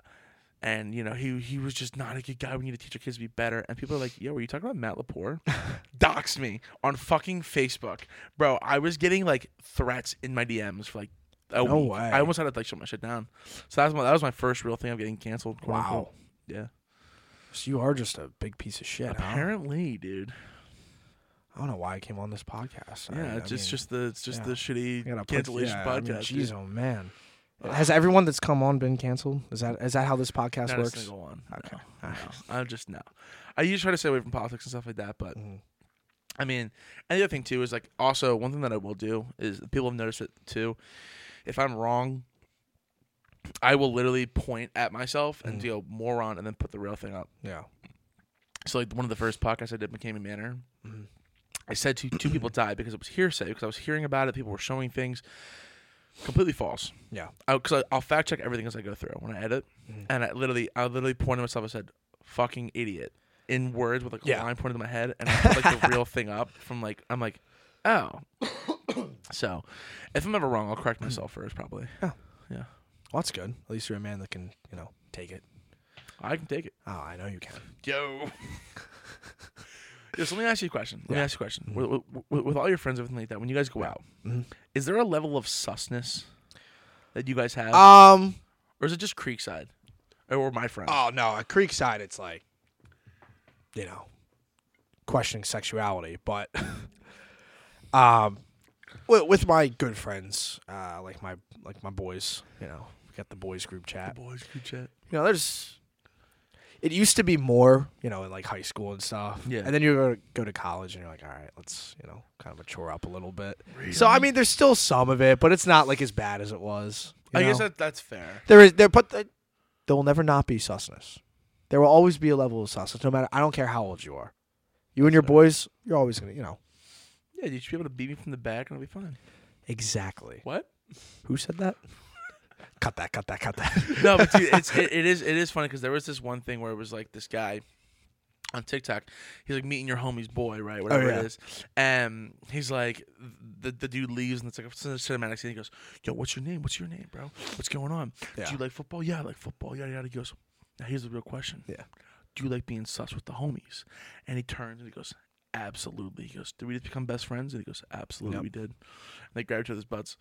B: and you know he he was just not a good guy. We need to teach our kids to be better. And people are like, "Yo, were you talking about Matt Lapore?" Dox me on fucking Facebook, bro. I was getting like threats in my DMs for like a
A: No
B: week.
A: way.
B: I almost had to like shut my shit down. So that was my that was my first real thing of getting canceled. quote unquote. Yeah.
A: So you are just a big piece of shit. Huh?
B: Apparently, dude.
A: I don't know why I came on this podcast. I-
B: Yeah,
A: I
B: it's just,
A: mean,
B: just the it's just
A: yeah.
B: the
A: I gotta
B: shitty
A: put-
B: cancellation
A: yeah, I mean,
B: podcast.
A: Jeez,
B: dude.
A: oh man. Has everyone that's come on been canceled? Is that is that how this podcast
B: Not a
A: works?
B: single one.
A: Okay.
B: No,
A: All
B: no. I'm just no. I usually try to stay away from politics and stuff like that, but
A: Mhm.
B: I mean, and the other thing too is like also one thing that I will do is people have noticed it too. If I'm wrong, I will literally point at myself and go moron, and then put the real thing up.
A: Yeah.
B: So like one of the first podcasts I did, McCamey Manor.
A: Mhm.
B: I said two two people died because it was hearsay because I was hearing about it. People were showing things, completely false.
A: Yeah.
B: Because I'll fact check everything as I go through when I edit,
A: Mhm.
B: and I literally, I literally pointed at myself. I said, "Fucking idiot," in words with like a
A: Yeah.
B: line pointed to my head, and I put like the real thing up from like I'm like, oh. so, if I'm ever wrong, I'll correct myself first. Probably
A: Well, that's good. At least you're a man that can, you know, take it.
B: I can take it.
A: Oh, I know you can.
B: Yo. Yo, so let me ask you a question. Let me
A: Yeah. Mm-hmm.
B: ask you a question. With, with, with all your friends, everything like that, when you guys go out,
A: Mhm.
B: is there a level of susness that you guys have,
A: Um. uh,
B: or is it just Creekside, or, or my friend?
A: Oh no, at Creekside, it's like you know, questioning sexuality, but um, with, with my good friends, uh, like my like my boys, you know, we got the boys group chat.
B: Boys group chat.
A: You know, there's it used to be more, you know, in like high school and stuff.
B: Yeah.
A: And then you go to, go to college and you're like, all right, let's, you know, kind of mature up a little bit. So I mean, there's still some of it, but it's not like as bad as it was. you
B: I guess
A: know?
B: that that's fair.
A: there is there, but there, there will never not be susness. There will always be a level of susness, no matter. I don't care how old you are. You and your boys, you're always gonna, you know,
B: Yeah, you should be able to beat me from the back and I'll be fine.
A: exactly.
B: What?
A: Who said that? cut that! Cut that! Cut that!
B: no, but dude, it's it, it is it is funny because there was this one thing where it was like this guy on TikTok. He's like meeting your homie's boy, right? Whatever
A: yeah.
B: it is, and he's like the the dude leaves and it's like a cin- cinematic scene. He goes, "Yo, what's your name? What's your name, bro? What's going on?
A: Yeah.
B: Do you like football? Yeah, I like football. Yada yada." He goes, "Now here's the real question.
A: Yeah.
B: do you like being sus with the homies?" And he turns and he goes. Absolutely. He goes, Did we just become best friends? And he goes, Absolutely,
A: Yep.
B: we did. And they grab each other's butts.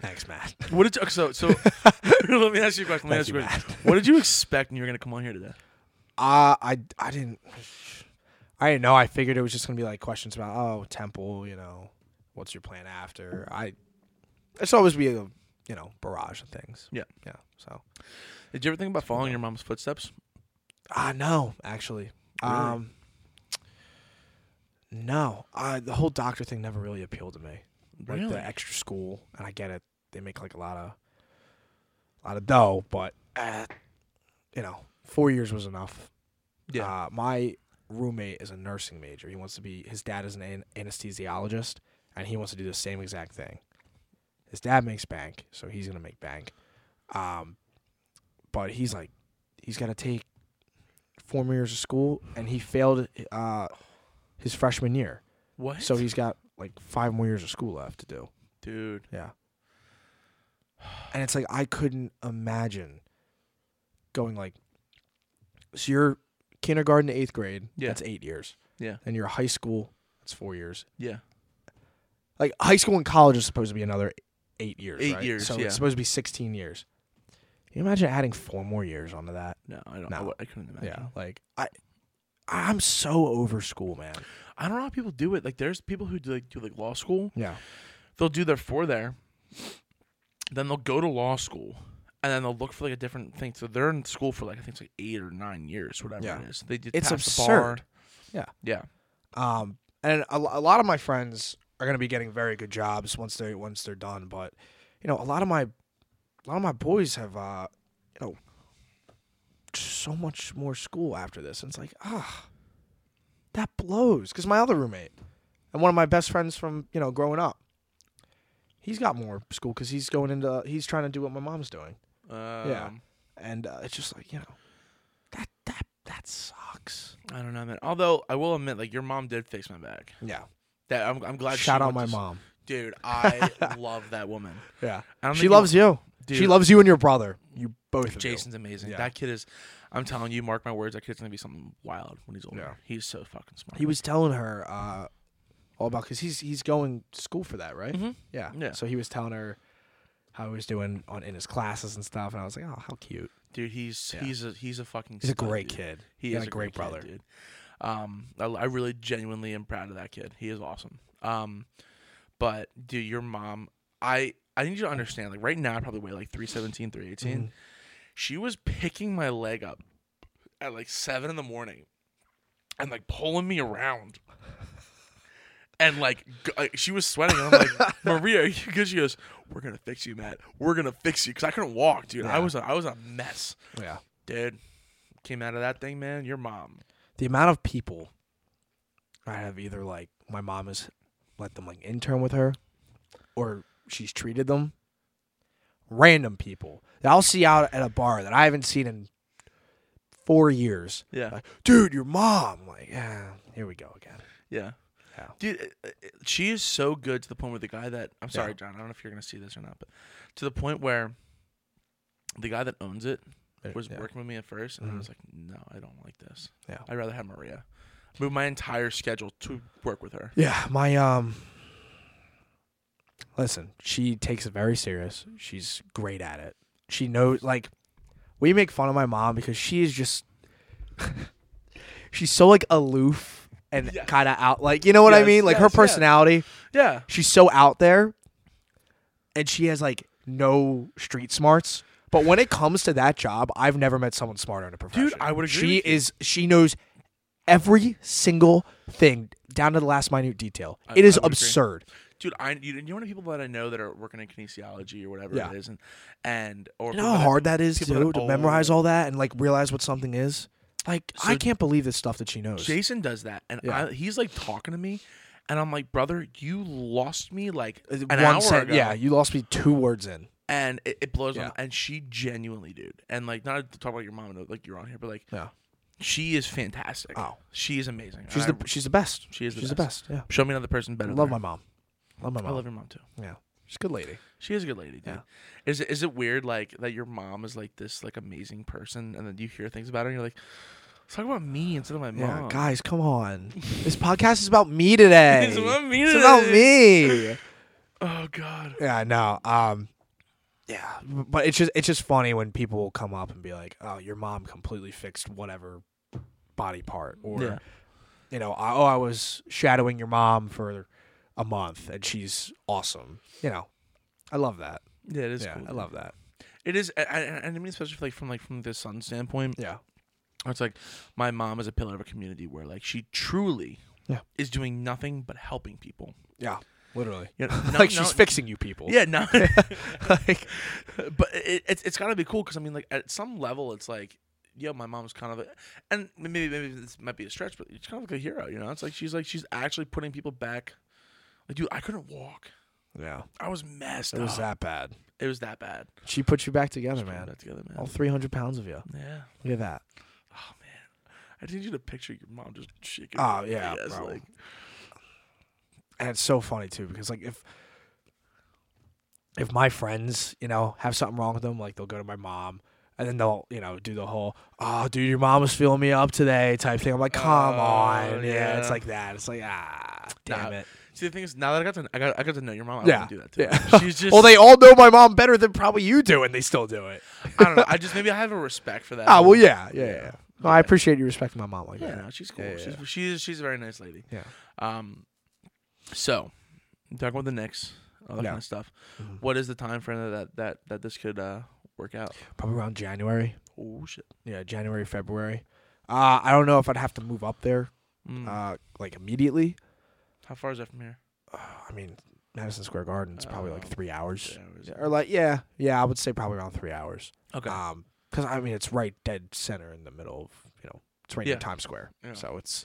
A: Thanks, Matt.
B: What did you, so, so let me ask you a question. Let me
A: Thank
B: ask you
A: you,
B: a question. What did you expect when you were going to come on here today?
A: Uh, I I didn't. I didn't know. I figured it was just gonna be like questions about oh temple, you know, what's your plan after? I it's always be a you know barrage of things.
B: Yeah.
A: yeah. So
B: Did you ever think about following your mom's footsteps?
A: Ah, no, actually.
B: Really?
A: Um, no, uh, the whole doctor thing never really appealed to me. Like
B: Really?
A: the extra school, and I get it. They make like a lot of, lot of dough, but uh, you know, four years was enough. Uh, my roommate is a nursing major. He wants to be. His dad is an an- anesthesiologist, and he wants to do the same exact thing. His dad makes bank, so he's gonna make bank. Um, but he's like, he's gotta take four more years of school, and he failed uh, his freshman year,
B: what?
A: so he's got like five more years of school left to do.
B: dude.
A: Yeah. And it's like I couldn't imagine going like so you're kindergarten to eighth grade,
B: Yeah.
A: that's eight years.
B: Yeah.
A: And you're high school, that's four years.
B: Yeah.
A: Like high school and college is supposed to be another eight years.
B: Eight
A: right?
B: years,
A: So
B: yeah.
A: it's supposed to be sixteen years. Can you imagine adding four more years onto that?
B: No, I don't.
A: No.
B: I, would- I couldn't imagine.
A: Yeah. Like I I'm so over school, man.
B: I don't know how people do it. Like, there's people who do like do like law school.
A: Yeah.
B: They'll do their four there, then they'll go to law school, and then they'll look for like a different thing. So they're in school for like I think it's like eight or nine years, whatever
A: Yeah.
B: it is. They did.
A: It's
B: pass the bar.
A: absurd. Yeah.
B: Yeah.
A: Um, and a, lo- a lot of my friends are going to be getting very good jobs once they once they're done. But you know, a lot of my a lot of my boys have uh, you know, so much more school after this. And it's like ah, that blows. Because my other roommate and one of my best friends from you know growing up, he's got more school because he's going into he's trying to do what my mom's doing. Yeah.
B: Um,
A: And uh, it's just like you know, that that that sucks.
B: I don't know, man. Although I will admit, like your mom did fix my back.
A: Yeah.
B: That I'm, I'm glad. she
A: Shout out
B: went
A: my
B: to s-
A: mom.
B: dude. I love that woman.
A: Yeah.
B: I don't
A: She
B: think you-
A: loves you. She
B: Dude.
A: loves you and your brother. You both. of you.
B: Jason's amazing.
A: Yeah.
B: That kid is. I'm telling you, mark my words. That kid's gonna be something wild when he's older.
A: Yeah.
B: He's so fucking smart.
A: He was telling her uh, all about because he's he's going to school for that, right?
B: Mhm.
A: Yeah.
B: Yeah.
A: So he was telling her how he was doing on in his classes and stuff, and I was like, oh, how cute.
B: dude. He's
A: Yeah.
B: he's a he's a fucking.
A: He's a
B: stud,
A: great
B: dude.
A: kid.
B: He
A: He's
B: is
A: a great,
B: kid,
A: brother.
B: dude. Um, I, I really genuinely am proud of that kid. He is awesome. Um, but dude, your mom, I I need you to understand. Like right now, I probably weigh like 317, 318.
A: Mhm.
B: She was picking my leg up at like seven in the morning, and like pulling me around. And like, g- like, she was sweating, and I'm like, Maria, because she goes, "We're gonna fix you, Matt. We're gonna fix you." Because I couldn't walk, dude. I
A: Yeah.
B: was a, I was a mess,
A: Yeah.
B: dude. Came out of that thing, man. Your mom,
A: The amount of people I have either like my mom has let them like intern with her, or she's treated them. Random people that I'll see out at a bar that I haven't seen in four years.
B: yeah.
A: like, dude, your mom. Like, yeah, here we go again.
B: Yeah.
A: Yeah.
B: Dude, it- it- it- she is so good to the point where the guy that I'm
A: Yeah.
B: sorry, John, I don't know if you're gonna see this or not, but to the point where the guy that owns it was
A: Uh, Yeah.
B: working with me at first, and
A: Mhm.
B: I was like, no, I don't like this.
A: Yeah.
B: I'd rather have Maria. Move my entire schedule to work with her.
A: Yeah, my um. Listen, she takes it very serious. She's great at it. She knows, like, we make fun of my mom because she is just she's so like aloof and
B: Yes.
A: kind of out like you know what I
B: Yes,
A: mean? Like her
B: yes, yeah.
A: personality,
B: Yeah.
A: she's so out there and she has like no street smarts. But when it comes to that job, I've never met someone smarter in a profession.
B: I would agree
A: She
B: with you.
A: is she knows every single thing down to the last minute detail.
B: I-
A: it is
B: I would agree.
A: absurd.
B: Dude, I you, you know how many people that I know that are working in kinesiology or whatever
A: Yeah.
B: it is and and or
A: You know
B: people
A: how
B: that-
A: hard that is
B: people
A: too,
B: that
A: to
B: own
A: memorize
B: it.
A: all that and like realize what something is. Like I
B: So-
A: can't believe the stuff that she knows.
B: Jason does that and
A: Yeah.
B: I, he's like talking to me and I'm like, "Brother, you lost me like
A: Uh,
B: an
A: One
B: hour
A: sen-
B: ago."
A: yeah, you lost me two words in.
B: and it, it blows
A: Yeah.
B: up. And she genuinely, dude, and like not to talk about your mom, and like you're on here, but like,
A: Yeah.
B: she is fantastic.
A: Oh.
B: she is amazing.
A: She's
B: And
A: the she's the best.
B: I- she is the
A: she's
B: best.
A: the best. Yeah.
B: Show me another person better. than
A: Love
B: her.
A: my mom. Love my
B: I
A: mom.
B: love your mom too.
A: yeah. She's a good lady.
B: She is a good lady, dude.
A: Yeah.
B: Is it is it weird like that your mom is like this like amazing person and then you hear things about her and you're like, let's talk about me instead of my
A: Yeah,
B: mom.
A: guys, come on. this podcast is about me today.
B: It's about me
A: It's about
B: today.
A: me.
B: Oh God.
A: yeah, no. Um yeah, but it's just it's just funny when people will come up and be like, "Oh, your mom completely fixed whatever body part," or
B: Yeah.
A: you know, I, "Oh, I was shadowing your mom for a month and she's awesome." You know, I love that.
B: Yeah, it is.
A: yeah,
B: cool.
A: I love that.
B: It is, and, and and I mean especially like from like from the son standpoint.
A: Yeah,
B: It's like my mom is a pillar of a community where like she truly
A: Yeah.
B: is doing nothing but helping people.
A: yeah, literally.
B: You know, no-
A: like
B: no-
A: she's fixing you people.
B: Yeah, no.
A: like
B: but it, it's it's gotta be cool because I mean like at some level it's like. Yo, my mom's kind of, a, and maybe maybe this might be a stretch, but she's kind of like a hero, you know. It's like she's like she's actually putting people back. Like, dude, I couldn't walk.
A: yeah,
B: I was messed
A: it was
B: up.
A: that bad.
B: It was that bad.
A: She put you back together,
B: Put
A: man.
B: that together, man.
A: All 300 pounds of you.
B: yeah.
A: Look at that.
B: Oh man, I just need you to picture your mom just shaking.
A: Oh,
B: her
A: yeah,
B: ass,
A: bro.
B: like
A: and it's so funny too because like if if my friends you know have something wrong with them like they'll go to my mom and then they'll you know do the whole oh dude your mom was filling me up today type thing i'm like come
B: Oh,
A: on yeah. it's
B: yeah.
A: like that it's like ah damn
B: Nah,
A: it
B: See, the thing is, now that I got to, I got, I got to know your mom. I
A: yeah
B: wouldn't do that. To
A: yeah
B: her. She's just.
A: well they all know my mom better than probably you do and they still do it
B: I don't know. I just maybe I have a respect for that.
A: oh well yeah yeah yeah,
B: Yeah.
A: No, i appreciate you respecting my mom like
B: Yeah,
A: that
B: no, she's cool.
A: Yeah, yeah,
B: she's, she's she's a very nice lady.
A: Yeah.
B: Um, so talking about the Knicks, all that
A: Yeah.
B: kind of stuff.
A: Mhm.
B: What is the time frame that that that this could uh work out?
A: probably around january
B: Oh shit.
A: yeah january february uh, i don't know if i'd have to move up there
B: Mm.
A: uh, like immediately
B: How far is that from here?
A: uh, I mean, Madison Square Garden is probably like
B: Um,
A: three hours,
B: Yeah, it was-
A: or like yeah, yeah. I would say probably around three hours.
B: Okay.
A: Um, because I mean it's right dead center in the middle of you know it's right
B: Yeah.
A: near Times Square,
B: Yeah.
A: so it's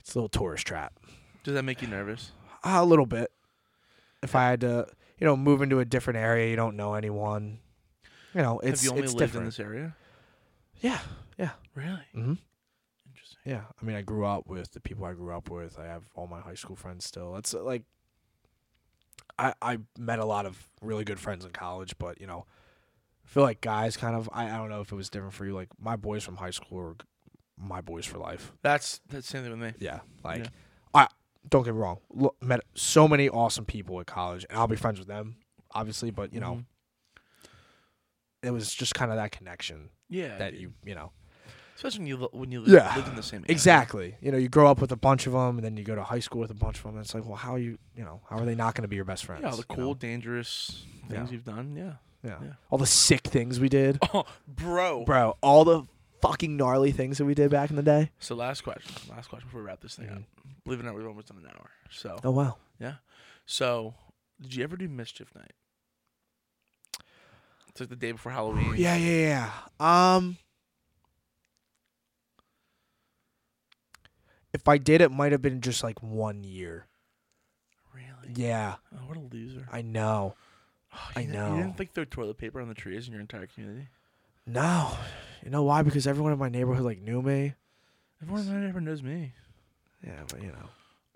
A: it's a little tourist trap.
B: Does that make you nervous?
A: Uh, a little bit. If I had to, you know, move into a different area, you don't know anyone. You know, it's
B: have you only
A: it's
B: lived in
A: different.
B: this area?
A: Yeah,
B: Really
A: mm-hmm.
B: interesting.
A: yeah. I mean, I grew up with the people I grew up with. I have all my high school friends still. That's uh, like, I I met a lot of really good friends in college, but you know, I feel like guys kind of. I, I don't know if it was different for you. Like my boys from high school were g- my boys for life.
B: That's that's the same thing with me.
A: Yeah, like
B: Yeah.
A: I don't get me wrong. Look, met so many awesome people at college, and I'll be friends with them, obviously. But you know,
B: Mhm.
A: it was just kind of that connection
B: Yeah.
A: that
B: dude.
A: you you know
B: especially when you li- when you li-
A: Yeah.
B: lived in the same area.
A: Exactly. You know, you grow up with a bunch of them, and then you go to high school with a bunch of them. And it's like, well, how are you? You know, how are they not going to be your best friends?
B: Yeah, all the
A: you
B: cool, dangerous things
A: Yeah.
B: you've done. Yeah.
A: know? yeah.
B: yeah.
A: All the sick things we did,
B: Oh, bro.
A: bro. All the fucking gnarly things that we did back in the day.
B: So last question, last question before we wrap this thing up.
A: Mm-hmm.
B: Believe it or not, we've almost done an hour. So,
A: Oh wow.
B: so did you ever do mischief night? It's like the day before Halloween.
A: Yeah, yeah, yeah. Um, if I did, it might have been just like one year.
B: Really?
A: Yeah,
B: Oh, what a loser.
A: I know.
B: Oh,
A: I
B: you didn't- You
A: know.
B: didn't like throw toilet paper on the trees in your entire community.
A: No, you know why? Because everyone in my neighborhood like knew me.
B: Everyone in my neighborhood knows me.
A: Yeah, but you know,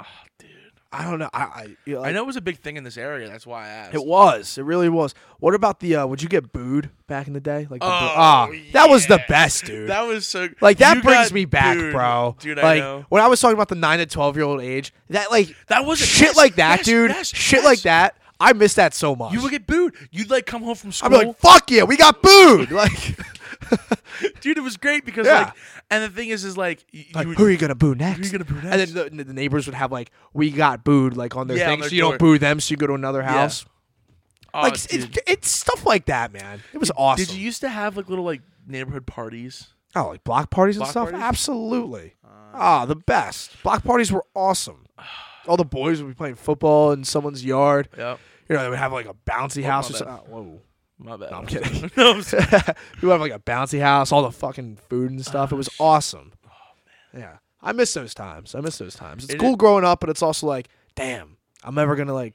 B: Oh,
A: Ah,
B: dude.
A: I don't know. I, I, you know,
B: I
A: like-
B: know it was a big thing in this area. That's why I asked.
A: It was. It really was. What about the? uh Would you get booed back in the day? Like, the boo-
B: Oh,
A: ah, that was the
B: yeah.
A: best, dude.
B: That was so.
A: like that
B: you
A: brings
B: got
A: me back,
B: booed.
A: bro.
B: Dude, I
A: like
B: know.
A: when I was talking about the nine to twelve year old age, that like
B: That was
A: shit like that, dude. shit like that. I miss that so much.
B: You would get booed. You'd like come home from school.
A: I'd be like, fuck yeah, we got booed. Like,
B: dude, it was great because
A: Yeah.
B: like, and the thing is, is like, y- you,
A: Like,
B: would-
A: who are you gonna boo next?
B: gonna boo
A: And then the- the, the neighbors would have like, we got booed like on their
B: Yeah, on
A: thing,
B: their
A: so you don't
B: door.
A: boo them, so you go to another house.
B: oh,
A: like it's,
B: dude.
A: it's, it's stuff like that, man. It was awesome.
B: Did you used to have like little like neighborhood parties?
A: Oh, like block parties and
B: Block
A: stuff?
B: parties? Uh,
A: Absolutely. Ah, the best. Block parties were awesome. All the boys would be playing football in someone's yard.
B: Yep.
A: You know, they would have like a bouncy house or
B: my
A: something. whoa.
B: My bad.
A: No, I'm kidding.
B: no, I'm sorry.
A: you have like a bouncy house, all the fucking food and stuff. it
B: Ah,
A: was awesome. Yeah. I miss those times. I miss those times. It's
B: It
A: cool
B: Oh, is-
A: growing up, but it's also like, damn, I'm never going to like,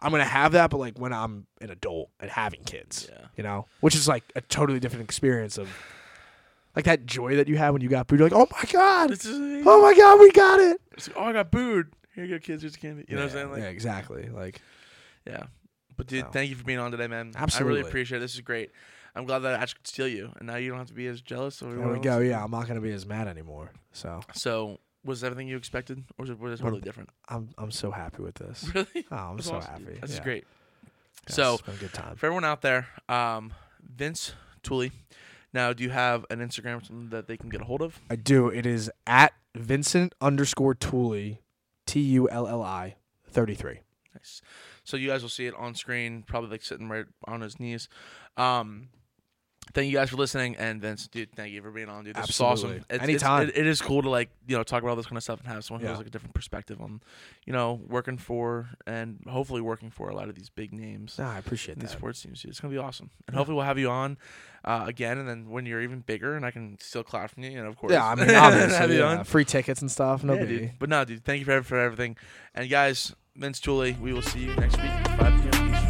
A: I'm going to have that, but like when I'm an adult and having kids,
B: Yeah.
A: you know, which is like a totally different experience of like that joy that you had when you got food. You're like, oh my God.
B: This is-
A: Oh my God, we got it.
B: It's like, oh, I got booed. Here you go, kids. Here's candy. You know what I'm saying? Like,
A: yeah, exactly. Like,
B: yeah. But dude,
A: No.
B: thank you for being on today, man. I
A: Absolutely.
B: really appreciate it. This is great. I'm glad that I actually could steal you, and now you don't have to be as jealous. Or
A: there we go. Yeah, I'm not going to be as mad anymore. So
B: So, was everything you expected, or was it, was it totally different?
A: I'm, I'm so happy with this.
B: Really?
A: Oh, I'm
B: That's
A: so
B: awesome, dude.
A: happy.
B: This is
A: Yeah.
B: great.
A: Yeah,
B: So-
A: it's been a good time.
B: For everyone out there, um, Vince Tooley. Now, do you have an Instagram or something that they can get a hold of?
A: I do. It is at Vincent underscore Tooley, T U L L I, 33.
B: Nice. So you guys will see it on screen, probably like sitting right on his knees. Um, thank you guys for listening, and Vince, dude, thank you for being on, dude. This is awesome.
A: Absolutely. Anytime.
B: it- it is cool to like you know talk about all this kind of stuff and have someone who
A: Yeah.
B: has like a different perspective on, you know, working for and hopefully working for a lot of these big names.
A: No, I appreciate
B: in These
A: that.
B: sports teams, dude. It's gonna be awesome, and hopefully we'll have you on uh, again. And then when you're even bigger, and I can still clap from you, and of course,
A: Yeah, I mean,
B: have
A: obviously,
B: you
A: yeah,
B: on.
A: free tickets and stuff. No
B: Yeah,
A: biggie.
B: dude. But no, dude, thank you for, for everything. And guys, Vince Tooley, we will see you next week, 5 p.m. Eastern.